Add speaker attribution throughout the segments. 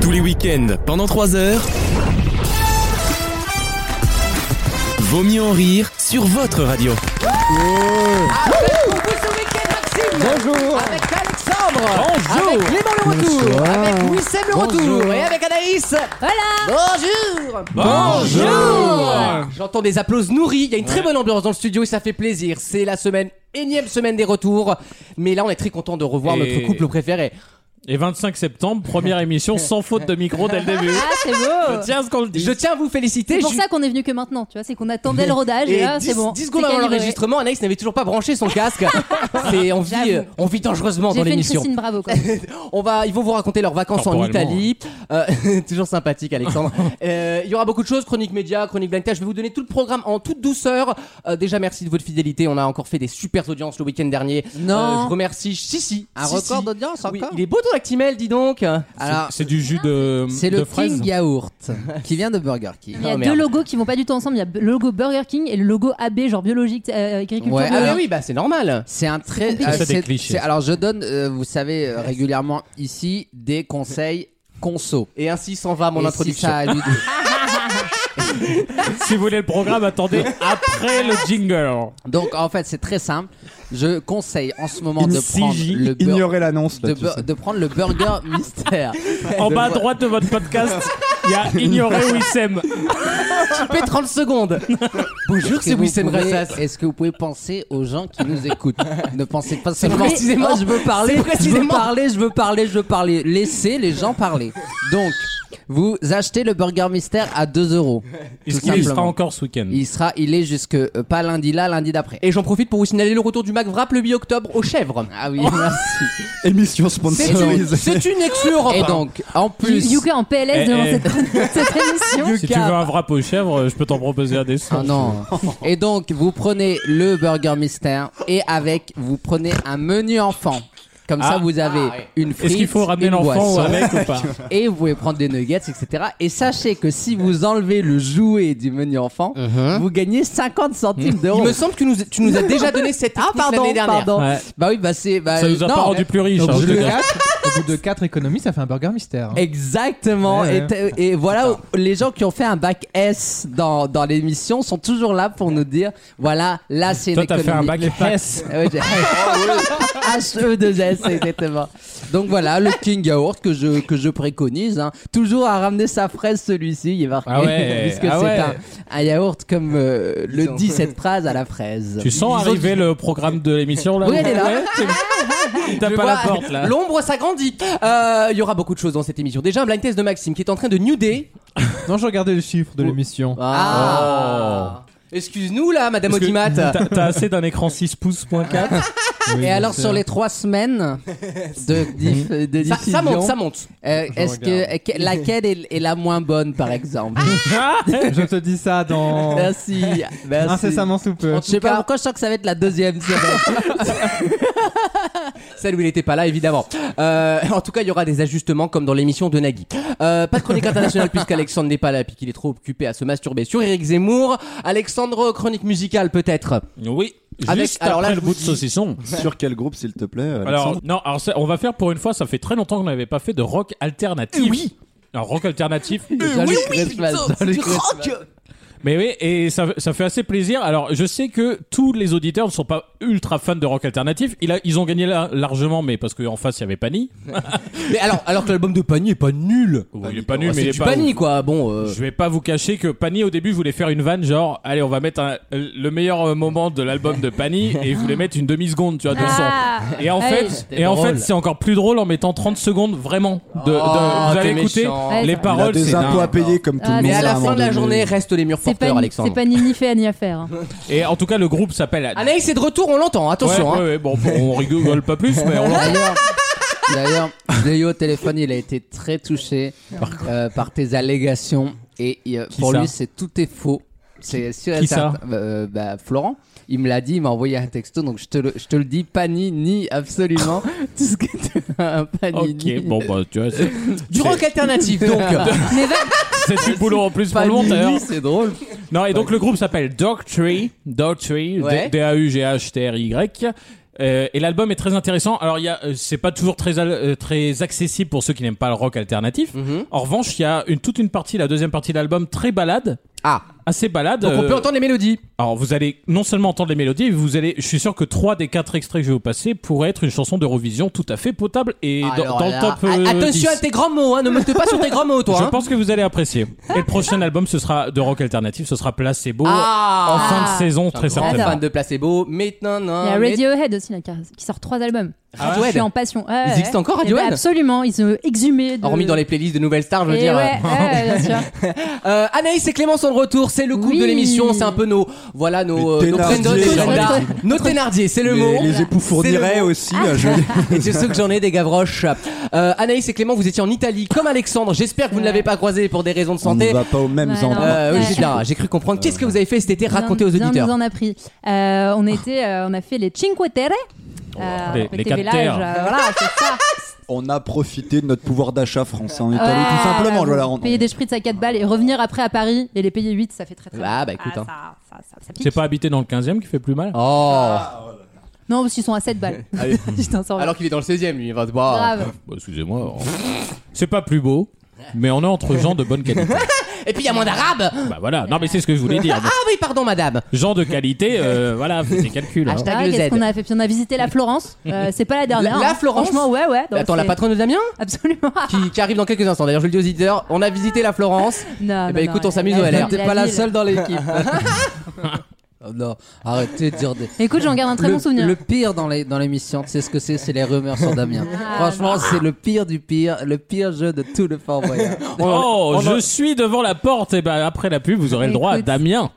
Speaker 1: Tous les week-ends, pendant 3 heures. Vaut mieux en rire sur votre radio.
Speaker 2: Avec pour vous ce week-end, Maxime.
Speaker 3: Bonjour.
Speaker 2: Avec Alexandre.
Speaker 3: Bonjour.
Speaker 2: Avec Clément Le Retour. Avec Wissem Le
Speaker 3: Bonjour.
Speaker 2: Retour. Et avec Anaïs.
Speaker 4: Voilà
Speaker 2: Bonjour. J'entends des applaudissements nourris. Il y a une très bonne ambiance dans le studio et ça fait plaisir. C'est la semaine, énième semaine des retours. Mais là, on est très content de revoir
Speaker 3: Et-
Speaker 2: notre couple préféré.
Speaker 3: Et 25 septembre, première émission sans faute de micro dès le début.
Speaker 4: Ah, c'est beau
Speaker 3: Tiens ce qu'on le dit.
Speaker 2: Je tiens à vous féliciter.
Speaker 4: C'est pour
Speaker 2: Je-
Speaker 4: ça qu'on est venu que maintenant, tu vois, c'est qu'on attendait le rodage et,
Speaker 2: Et
Speaker 4: là,
Speaker 2: 10,
Speaker 4: c'est bon.
Speaker 2: 10
Speaker 4: c'est
Speaker 2: secondes avant
Speaker 4: calibré.
Speaker 2: l'enregistrement, Anaïs n'avait toujours pas branché son casque. C'est on vit,
Speaker 4: J'avoue.
Speaker 2: euh, on vit dangereusement
Speaker 4: J'ai
Speaker 2: dans
Speaker 4: fait une
Speaker 2: l'émission.
Speaker 4: Christine Bravo, quoi.
Speaker 2: On va, ils vont vous raconter leurs vacances en
Speaker 3: Temporellement.
Speaker 2: Italie.
Speaker 3: hein.
Speaker 2: Euh, toujours sympathique, Alexandre. Euh, Il y aura beaucoup de choses, chronique média, chronique blind test. Je vais vous donner tout le programme en toute douceur. Euh, déjà, merci de votre fidélité. On a encore fait des super audiences le week-end dernier.
Speaker 5: Non.
Speaker 2: Euh, je remercie. Si, si.
Speaker 5: Un
Speaker 2: Si,
Speaker 5: record
Speaker 2: si.
Speaker 5: d'audience
Speaker 2: Oui,
Speaker 5: encore Ah,
Speaker 2: il est beau ton lactimel, dis donc.
Speaker 5: Alors,
Speaker 3: C'est du jus de,
Speaker 5: c'est
Speaker 3: de
Speaker 5: le
Speaker 3: fraise.
Speaker 5: King Yaourt qui vient de Burger King.
Speaker 4: Il y a
Speaker 2: Oh,
Speaker 4: deux
Speaker 2: merde.
Speaker 4: logos qui vont pas du tout ensemble. Il y a le logo Burger King et le logo AB, genre biologique, euh, agriculture.
Speaker 5: Ouais,
Speaker 2: Ah,
Speaker 4: biologique.
Speaker 2: mais oui, bah c'est normal.
Speaker 5: C'est un très.
Speaker 4: compliqué.
Speaker 3: Ça, c'est des clichés.
Speaker 5: Alors, je donne, euh, vous savez, euh, régulièrement ici des conseils conso.
Speaker 2: Et ainsi s'en va mon
Speaker 5: Et
Speaker 2: introduction.
Speaker 5: si ça a lieu de-
Speaker 3: Si vous voulez le programme, attendez après le jingle.
Speaker 5: Donc, en fait, c'est très simple. Je conseille en ce moment
Speaker 6: In
Speaker 5: de prendre,
Speaker 6: CJ,
Speaker 5: le bur-
Speaker 6: ignorez l'annonce. là,
Speaker 5: de,
Speaker 6: tu
Speaker 5: bur-
Speaker 6: sais.
Speaker 5: de prendre le burger mystère.
Speaker 3: En bas à droite de votre podcast, il y a Ignoré Wissem.
Speaker 2: Coupez 30 secondes. Bonjour,
Speaker 5: Est-ce que
Speaker 2: c'est
Speaker 5: vous
Speaker 2: Wissem
Speaker 5: pouvez-
Speaker 2: Rassas.
Speaker 5: Est-ce que vous pouvez penser aux gens qui nous écoutent Ne pensez pas
Speaker 2: C'est
Speaker 5: seulement.
Speaker 2: précisément-
Speaker 5: Oh, je veux parler,
Speaker 2: c'est précisément-
Speaker 5: je veux parler, je veux parler, je veux parler. Laissez les gens parler. Donc, vous achetez le burger mystère à 2 euros.
Speaker 3: Est-ce
Speaker 5: Tout
Speaker 3: qu'il y sera
Speaker 5: simplement.
Speaker 3: encore ce week-end
Speaker 5: Il sera, il est jusque euh, pas lundi là, lundi d'après.
Speaker 2: Et j'en profite pour vous signaler le retour du Mac Wrap le 8 octobre aux chèvres.
Speaker 5: Ah oui, merci.
Speaker 6: Émission
Speaker 2: C'est une,
Speaker 6: sponsorisée.
Speaker 2: c'est une ex-Europe.
Speaker 5: Et donc, en plus,
Speaker 4: Yuka en PLS
Speaker 3: Eh,
Speaker 4: devant
Speaker 3: eh.
Speaker 4: cette, cette émission.
Speaker 3: Si tu veux un wrap aux chèvres, je peux t'en proposer un des cent.
Speaker 5: Ah non. Et donc, vous prenez le burger mystère et avec, vous prenez un menu enfant. Comme
Speaker 3: Ah.
Speaker 5: ça, vous avez une frite,
Speaker 3: Est-ce qu'il faut ramener
Speaker 5: une
Speaker 3: l'enfant
Speaker 5: boisson,
Speaker 3: avec ou pas
Speaker 5: et vous pouvez prendre des nuggets, etc. Et sachez que si vous enlevez le jouet du menu enfant,
Speaker 3: Uh-huh.
Speaker 5: vous gagnez 50 centimes
Speaker 2: Il
Speaker 5: d'euros.
Speaker 2: me semble que nous- tu nous as déjà donné cette
Speaker 5: Ah
Speaker 2: technique l'année
Speaker 5: pardon,
Speaker 2: dernière.
Speaker 5: pardon.
Speaker 3: Ouais.
Speaker 5: Bah oui, bah c'est bah
Speaker 3: Ça nous a
Speaker 5: non.
Speaker 3: pas rendu plus riches.
Speaker 7: Au
Speaker 3: hein,
Speaker 7: bout,
Speaker 3: je te
Speaker 7: de
Speaker 3: dis.
Speaker 7: quatre, au bout de 4 économies, ça fait un burger mystère. hein.
Speaker 5: Exactement.
Speaker 7: Ouais,
Speaker 5: Et t'as- Et, voilà, où- les gens qui ont fait un bac S dans, dans l'émission sont toujours là pour nous dire, voilà, là c'est une
Speaker 3: Toi, t'as fait un
Speaker 5: économie.
Speaker 3: bac S.
Speaker 5: Ah ouais, j'ai- H-E-2-S, exactement. Donc voilà, le King Yaourt que je, que je préconise. hein. Toujours à ramener sa fraise, celui-ci, il est marqué.
Speaker 3: Ah ouais,
Speaker 5: puisque
Speaker 3: ah
Speaker 5: c'est
Speaker 3: ouais.
Speaker 5: un, un yaourt comme euh, le
Speaker 2: ont-
Speaker 5: dit cette phrase à la fraise.
Speaker 3: Tu sens arriver le programme de l'émission là
Speaker 5: Oui,
Speaker 3: ou-
Speaker 5: elle est là.
Speaker 3: Ouais, tu- Il tape
Speaker 2: Je
Speaker 3: à la
Speaker 2: vois,
Speaker 3: porte là.
Speaker 2: L'ombre s'agrandit. Euh, Il y aura beaucoup de choses dans cette émission. Déjà, un blind test de Maxime qui est en train de nuder.
Speaker 7: Non, je regardais le chiffre de l'émission.
Speaker 2: Ah. Excuse-nous là, Madame
Speaker 3: Parce que
Speaker 2: Audimat.
Speaker 3: T'as t'as assez d'un écran 6 pouces point 4
Speaker 5: Et alors, sur les trois semaines de, diff-
Speaker 3: Mm-hmm.
Speaker 5: de
Speaker 2: Ça, ça
Speaker 5: diffusion,
Speaker 2: monte, ça monte.
Speaker 5: euh, est-ce
Speaker 7: regarde.
Speaker 5: que, que- laquelle est, est la moins bonne, par exemple
Speaker 7: Je te dis ça dans.
Speaker 5: Merci. merci.
Speaker 7: Incessamment sous peu.
Speaker 5: Je sais pas pourquoi je sens que ça va être la deuxième. semaine.
Speaker 2: Celle où il n'était pas là, évidemment. Euh, en tout cas, il y aura des ajustements comme dans l'émission de Nagui. Euh, pas de chronique internationale puisqu'Alexandre n'est pas là puis qu'il est trop occupé à se masturber sur Eric Zemmour. Alexandre, chronique musicale peut-être.
Speaker 3: Oui.
Speaker 2: Avec-
Speaker 3: Juste
Speaker 2: alors là,
Speaker 3: après
Speaker 2: je
Speaker 3: le
Speaker 2: vous
Speaker 3: bout de
Speaker 2: dis-
Speaker 3: saucisson.
Speaker 6: Sur quel groupe, s'il te plaît
Speaker 3: Alors
Speaker 6: Alexandre
Speaker 3: non, alors ça, on va faire pour une fois. Ça fait très longtemps qu'on n'avait pas fait de rock alternatif. Oui. Un rock alternatif.
Speaker 5: Jean-Luc Reichmann, Jean-Luc Reichmann.
Speaker 3: Mais oui, et ça, ça fait assez plaisir. Alors, je sais que tous les auditeurs ne sont pas ultra fans de rock alternatif. Il a- ils ont gagné là, largement, mais parce qu'en face, il y avait Pani.
Speaker 2: Mais alors, alors que l'album de Pani est pas nul.
Speaker 3: Oui, il est pas nul,
Speaker 2: Ouais,
Speaker 3: mais
Speaker 2: c'est
Speaker 3: il
Speaker 2: du
Speaker 3: est pas
Speaker 2: Pani
Speaker 3: ouf.
Speaker 2: quoi. Bon. euh,
Speaker 3: Je vais pas vous cacher que Pani, au début, voulait faire une vanne genre, allez, on va mettre un- le meilleur euh, moment de l'album de Pani et je voulais mettre une demi-seconde, tu vois, de son.
Speaker 4: Ah.
Speaker 3: Et en
Speaker 4: Hey.
Speaker 3: fait, et en fait, c'est encore plus drôle en mettant 30 secondes vraiment. De, de-
Speaker 2: Oh,
Speaker 3: vous allez
Speaker 2: t'es
Speaker 3: écouter
Speaker 2: méchant.
Speaker 4: Ouais,
Speaker 3: les
Speaker 4: ça-
Speaker 6: Il a
Speaker 3: paroles.
Speaker 6: des
Speaker 3: c'est
Speaker 6: impôts
Speaker 3: dingue.
Speaker 6: à payer comme tout
Speaker 4: Ah,
Speaker 6: le monde.
Speaker 2: Mais à la
Speaker 6: un
Speaker 2: fin
Speaker 6: moment
Speaker 2: de la
Speaker 6: donné.
Speaker 2: journée, restent les murs
Speaker 4: C'est
Speaker 2: porteurs,
Speaker 4: pas, ni- c'est
Speaker 2: Alexandre.
Speaker 4: pas Nini fait ni à faire. hein.
Speaker 3: Et en tout cas, le groupe s'appelle.
Speaker 2: Anaïs est de retour, on l'entend, attention.
Speaker 3: Ouais,
Speaker 2: hein.
Speaker 3: ouais, ouais, bon, bon, on rigole pas plus, mais on l'entend.
Speaker 5: D'ailleurs, d'ailleurs, je l'ai eu au téléphone, il a été très touché euh, par tes allégations et euh,
Speaker 3: Qui
Speaker 5: pour
Speaker 3: ça
Speaker 5: lui, c'est tout est faux. C'est sûr et
Speaker 3: Qui
Speaker 5: certain. Euh, bah, Florent, il me l'a dit, il m'a envoyé un texto, donc je te le, je te le dis, Pani ni absolument tout ce que tu as, Pani
Speaker 3: Ok,
Speaker 5: ni.
Speaker 3: bon, bah, tu vois, c'est
Speaker 2: Du rock alternatif, donc.
Speaker 4: Mais va-
Speaker 3: c'est du boulot en plus pour
Speaker 5: Pani
Speaker 3: le monteur.
Speaker 5: ni, c'est drôle.
Speaker 3: Non, et donc le groupe s'appelle Dog Tree, Dog Tree,
Speaker 2: Ouais.
Speaker 3: D-A-U-G-H-T-R-Y. Euh, et l'album est très intéressant. Alors, il y a, euh, c'est pas toujours très, al- euh, très accessible pour ceux qui n'aiment pas le rock alternatif.
Speaker 2: Mhm.
Speaker 3: En revanche, il y a une, toute une partie, la deuxième partie de l'album, très balade.
Speaker 2: Ah.
Speaker 3: Assez balade.
Speaker 2: Donc on
Speaker 3: euh,
Speaker 2: peut entendre les mélodies.
Speaker 3: Alors, vous allez non seulement entendre les mélodies, vous allez, je suis sûr que trois des quatre extraits que je vais vous passer pourraient être une chanson d'Eurovision tout à fait potable et dans-
Speaker 2: Ah, Alors
Speaker 3: dans,
Speaker 2: là,
Speaker 3: le top.
Speaker 2: a-
Speaker 3: euh,
Speaker 2: attention à
Speaker 3: 10.
Speaker 2: tes grands mots, hein, ne me te pas sur tes grands mots, toi.
Speaker 3: Je
Speaker 2: hein.
Speaker 3: pense que vous allez apprécier. Et le prochain album, ce sera de rock alternatif, ce sera Placebo.
Speaker 2: Ah
Speaker 3: en fin de saison,
Speaker 2: Je suis
Speaker 3: très
Speaker 2: un grand
Speaker 3: certainement.
Speaker 2: fan de placebo, mais non, non.
Speaker 4: Il y a
Speaker 2: mais- Ah,
Speaker 4: Radiohead aussi là, qui a- qui sort trois albums. Je suis en passion. Ouais,
Speaker 2: Ils
Speaker 4: ouais.
Speaker 2: existent encore,
Speaker 4: Eh ben,
Speaker 2: Radiohead
Speaker 4: Absolument, ils sont exhumés. De...
Speaker 2: Oh. Hormis dans les playlists de nouvelles stars, je veux
Speaker 4: Eh
Speaker 2: dire.
Speaker 4: ouais, ouais, bien sûr.
Speaker 2: Euh, Anaïs et Clément sont de retour, c'est le couple
Speaker 4: Oui.
Speaker 2: de l'émission, c'est un peu nos. Voilà nos.
Speaker 6: Les
Speaker 2: euh, nos
Speaker 6: Thénardier.
Speaker 2: Brendan, nos Brenda,
Speaker 4: Notre-
Speaker 2: nos Thénardier, c'est le mot.
Speaker 6: Les, les époux
Speaker 2: C'est
Speaker 6: fourniraient
Speaker 2: le mot. Ah.
Speaker 6: aussi. là, je-
Speaker 2: Et c'est ce que j'en ai des gavroches. Euh, Anaïs et Clément, vous étiez en Italie comme Alexandre. J'espère que vous ne l'avez pas croisé pour des raisons de
Speaker 6: On ne
Speaker 2: santé.
Speaker 6: va pas aux mêmes
Speaker 4: Ouais,
Speaker 6: endroits.
Speaker 2: Euh, oui,
Speaker 4: Ouais.
Speaker 2: j'ai bien- j'ai cru comprendre. Qu'est-ce que vous avez fait cet été Racontez aux
Speaker 4: Bien- bien
Speaker 2: auditeurs.
Speaker 4: nous en a pris. Euh, on était, euh, on a fait les Cinque Euh, Terre.
Speaker 3: les- les quatre terres.
Speaker 4: euh, voilà, c'est ça.
Speaker 6: On a profité de notre pouvoir d'achat français en Italie, tout simplement. voilà, on-
Speaker 4: Payer des spritz à 4 balles et revenir après à Paris et les payer 8, ça fait très très mal.
Speaker 2: Ah bah écoute. hein.
Speaker 4: Ah, ça, ça, ça, ça pique.
Speaker 3: C'est pas habité dans le 15 e qui fait plus mal.
Speaker 2: Oh.
Speaker 4: Non, parce qu'ils sont à 7 balles. Je t'en sors.
Speaker 2: Alors qu'il est dans le 16ème lui, il va se
Speaker 4: Grave.
Speaker 3: Bah, Excusez-moi. C'est pas plus beau, mais on est entre gens de bonne qualité.
Speaker 2: Et puis il y a moins d'arabes.
Speaker 3: bah voilà. Non, mais c'est ce que je voulais dire.
Speaker 2: Ah oui, pardon madame.
Speaker 3: Gens de qualité, euh, voilà, faites des calculs. hein.
Speaker 2: Hashtag
Speaker 4: Ah,
Speaker 2: le
Speaker 4: qu'est-ce
Speaker 2: Z.
Speaker 4: qu'on a fait Puis on a visité la Florence. Euh, c'est pas la dernière.
Speaker 2: La
Speaker 4: hein.
Speaker 2: Florence
Speaker 4: Franchement, ouais, ouais. Donc
Speaker 2: Attends, la
Speaker 4: c'est-
Speaker 2: patronne de Damien
Speaker 4: Absolument.
Speaker 2: qui, qui arrive dans quelques instants. D'ailleurs, je le dis aux auditeurs, on a visité la Florence.
Speaker 4: Non,
Speaker 2: Eh
Speaker 4: non,
Speaker 2: ben
Speaker 4: non,
Speaker 2: écoute, on
Speaker 4: la-
Speaker 2: s'amuse au
Speaker 4: la-
Speaker 2: LR.
Speaker 4: la-
Speaker 5: T'es pas la
Speaker 4: ville.
Speaker 5: seule dans l'équipe. Oh non, arrêtez de dire des.
Speaker 4: Écoute, j'en garde un très
Speaker 5: le,
Speaker 4: bon souvenir.
Speaker 5: le pire dans les dans l'émission, tu sais ce que c'est, c'est les rumeurs sur Damien.
Speaker 4: Ah,
Speaker 5: Franchement, c'est le pire du pire, le pire jeu de tout le Fort Boyard.
Speaker 3: Oh, je suis devant la porte. Et bah, après la pub, vous aurez le droit à
Speaker 4: Écoute.
Speaker 3: Damien.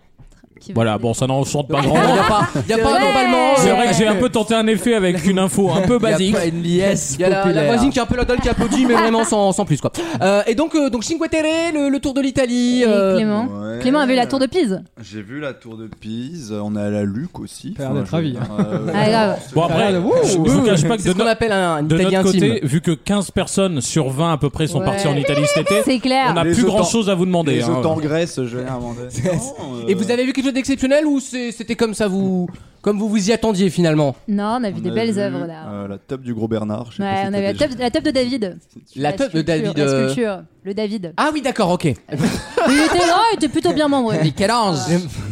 Speaker 4: Qui-
Speaker 3: Voilà, bon, ça n'en chante pas grand.
Speaker 2: Il n'y a pas, il y a pas
Speaker 4: Ouais.
Speaker 2: globalement. euh,
Speaker 3: C'est vrai que j'ai un peu tenté un effet avec une info un peu
Speaker 5: Il y
Speaker 3: basique.
Speaker 5: a pas une liesse
Speaker 2: Il y a la, la
Speaker 5: populaire.
Speaker 2: voisine qui est un peu la dalle qui applaudit, mais vraiment sans, sans plus quoi. Euh, et donc, euh, donc Cinque Terre, le, le tour de l'Italie.
Speaker 4: Et
Speaker 2: euh,
Speaker 4: Clément.
Speaker 6: Ouais.
Speaker 4: Clément avait eu la tour de Pise.
Speaker 6: J'ai vu la tour de Pise, on a la Luc aussi.
Speaker 7: Père de
Speaker 6: je veux
Speaker 7: Travi.
Speaker 6: dire,
Speaker 2: hein.
Speaker 6: euh,
Speaker 4: Ah, grave.
Speaker 3: Bon, après,
Speaker 7: Ah,
Speaker 3: je
Speaker 7: wouh.
Speaker 3: je vous cache pas que
Speaker 2: C'est
Speaker 3: de,
Speaker 2: ce qu'on
Speaker 3: no-
Speaker 2: appelle un
Speaker 3: de
Speaker 2: Italien
Speaker 3: notre
Speaker 2: intime.
Speaker 3: côté, vu que 15 personnes sur 20 à peu près sont
Speaker 4: Ouais.
Speaker 3: parties en Italie cet été,
Speaker 4: C'est clair.
Speaker 3: on n'a
Speaker 6: Les
Speaker 3: plus
Speaker 6: autant-
Speaker 3: grand chose à vous demander.
Speaker 6: Les
Speaker 3: hein.
Speaker 6: autres en Grèce, je vais demander.
Speaker 2: Et
Speaker 6: euh,
Speaker 2: vous avez vu quelque chose d'exceptionnel ou c'est- c'était comme ça vous, comme vous vous y attendiez finalement
Speaker 4: Non, on a vu des belles œuvres là.
Speaker 6: Euh, la top du gros Bernard. je sais pas
Speaker 4: Ouais,
Speaker 6: si
Speaker 4: on
Speaker 6: t'as
Speaker 4: avait la
Speaker 6: déjà-
Speaker 4: teub la teub de David.
Speaker 2: La teub de
Speaker 4: sculpture,
Speaker 2: David.
Speaker 4: La
Speaker 2: euh,
Speaker 4: sculpture, le David.
Speaker 2: Ah oui, d'accord, ok.
Speaker 4: Il était là, il était plutôt bien membré.
Speaker 2: Michel-Ange.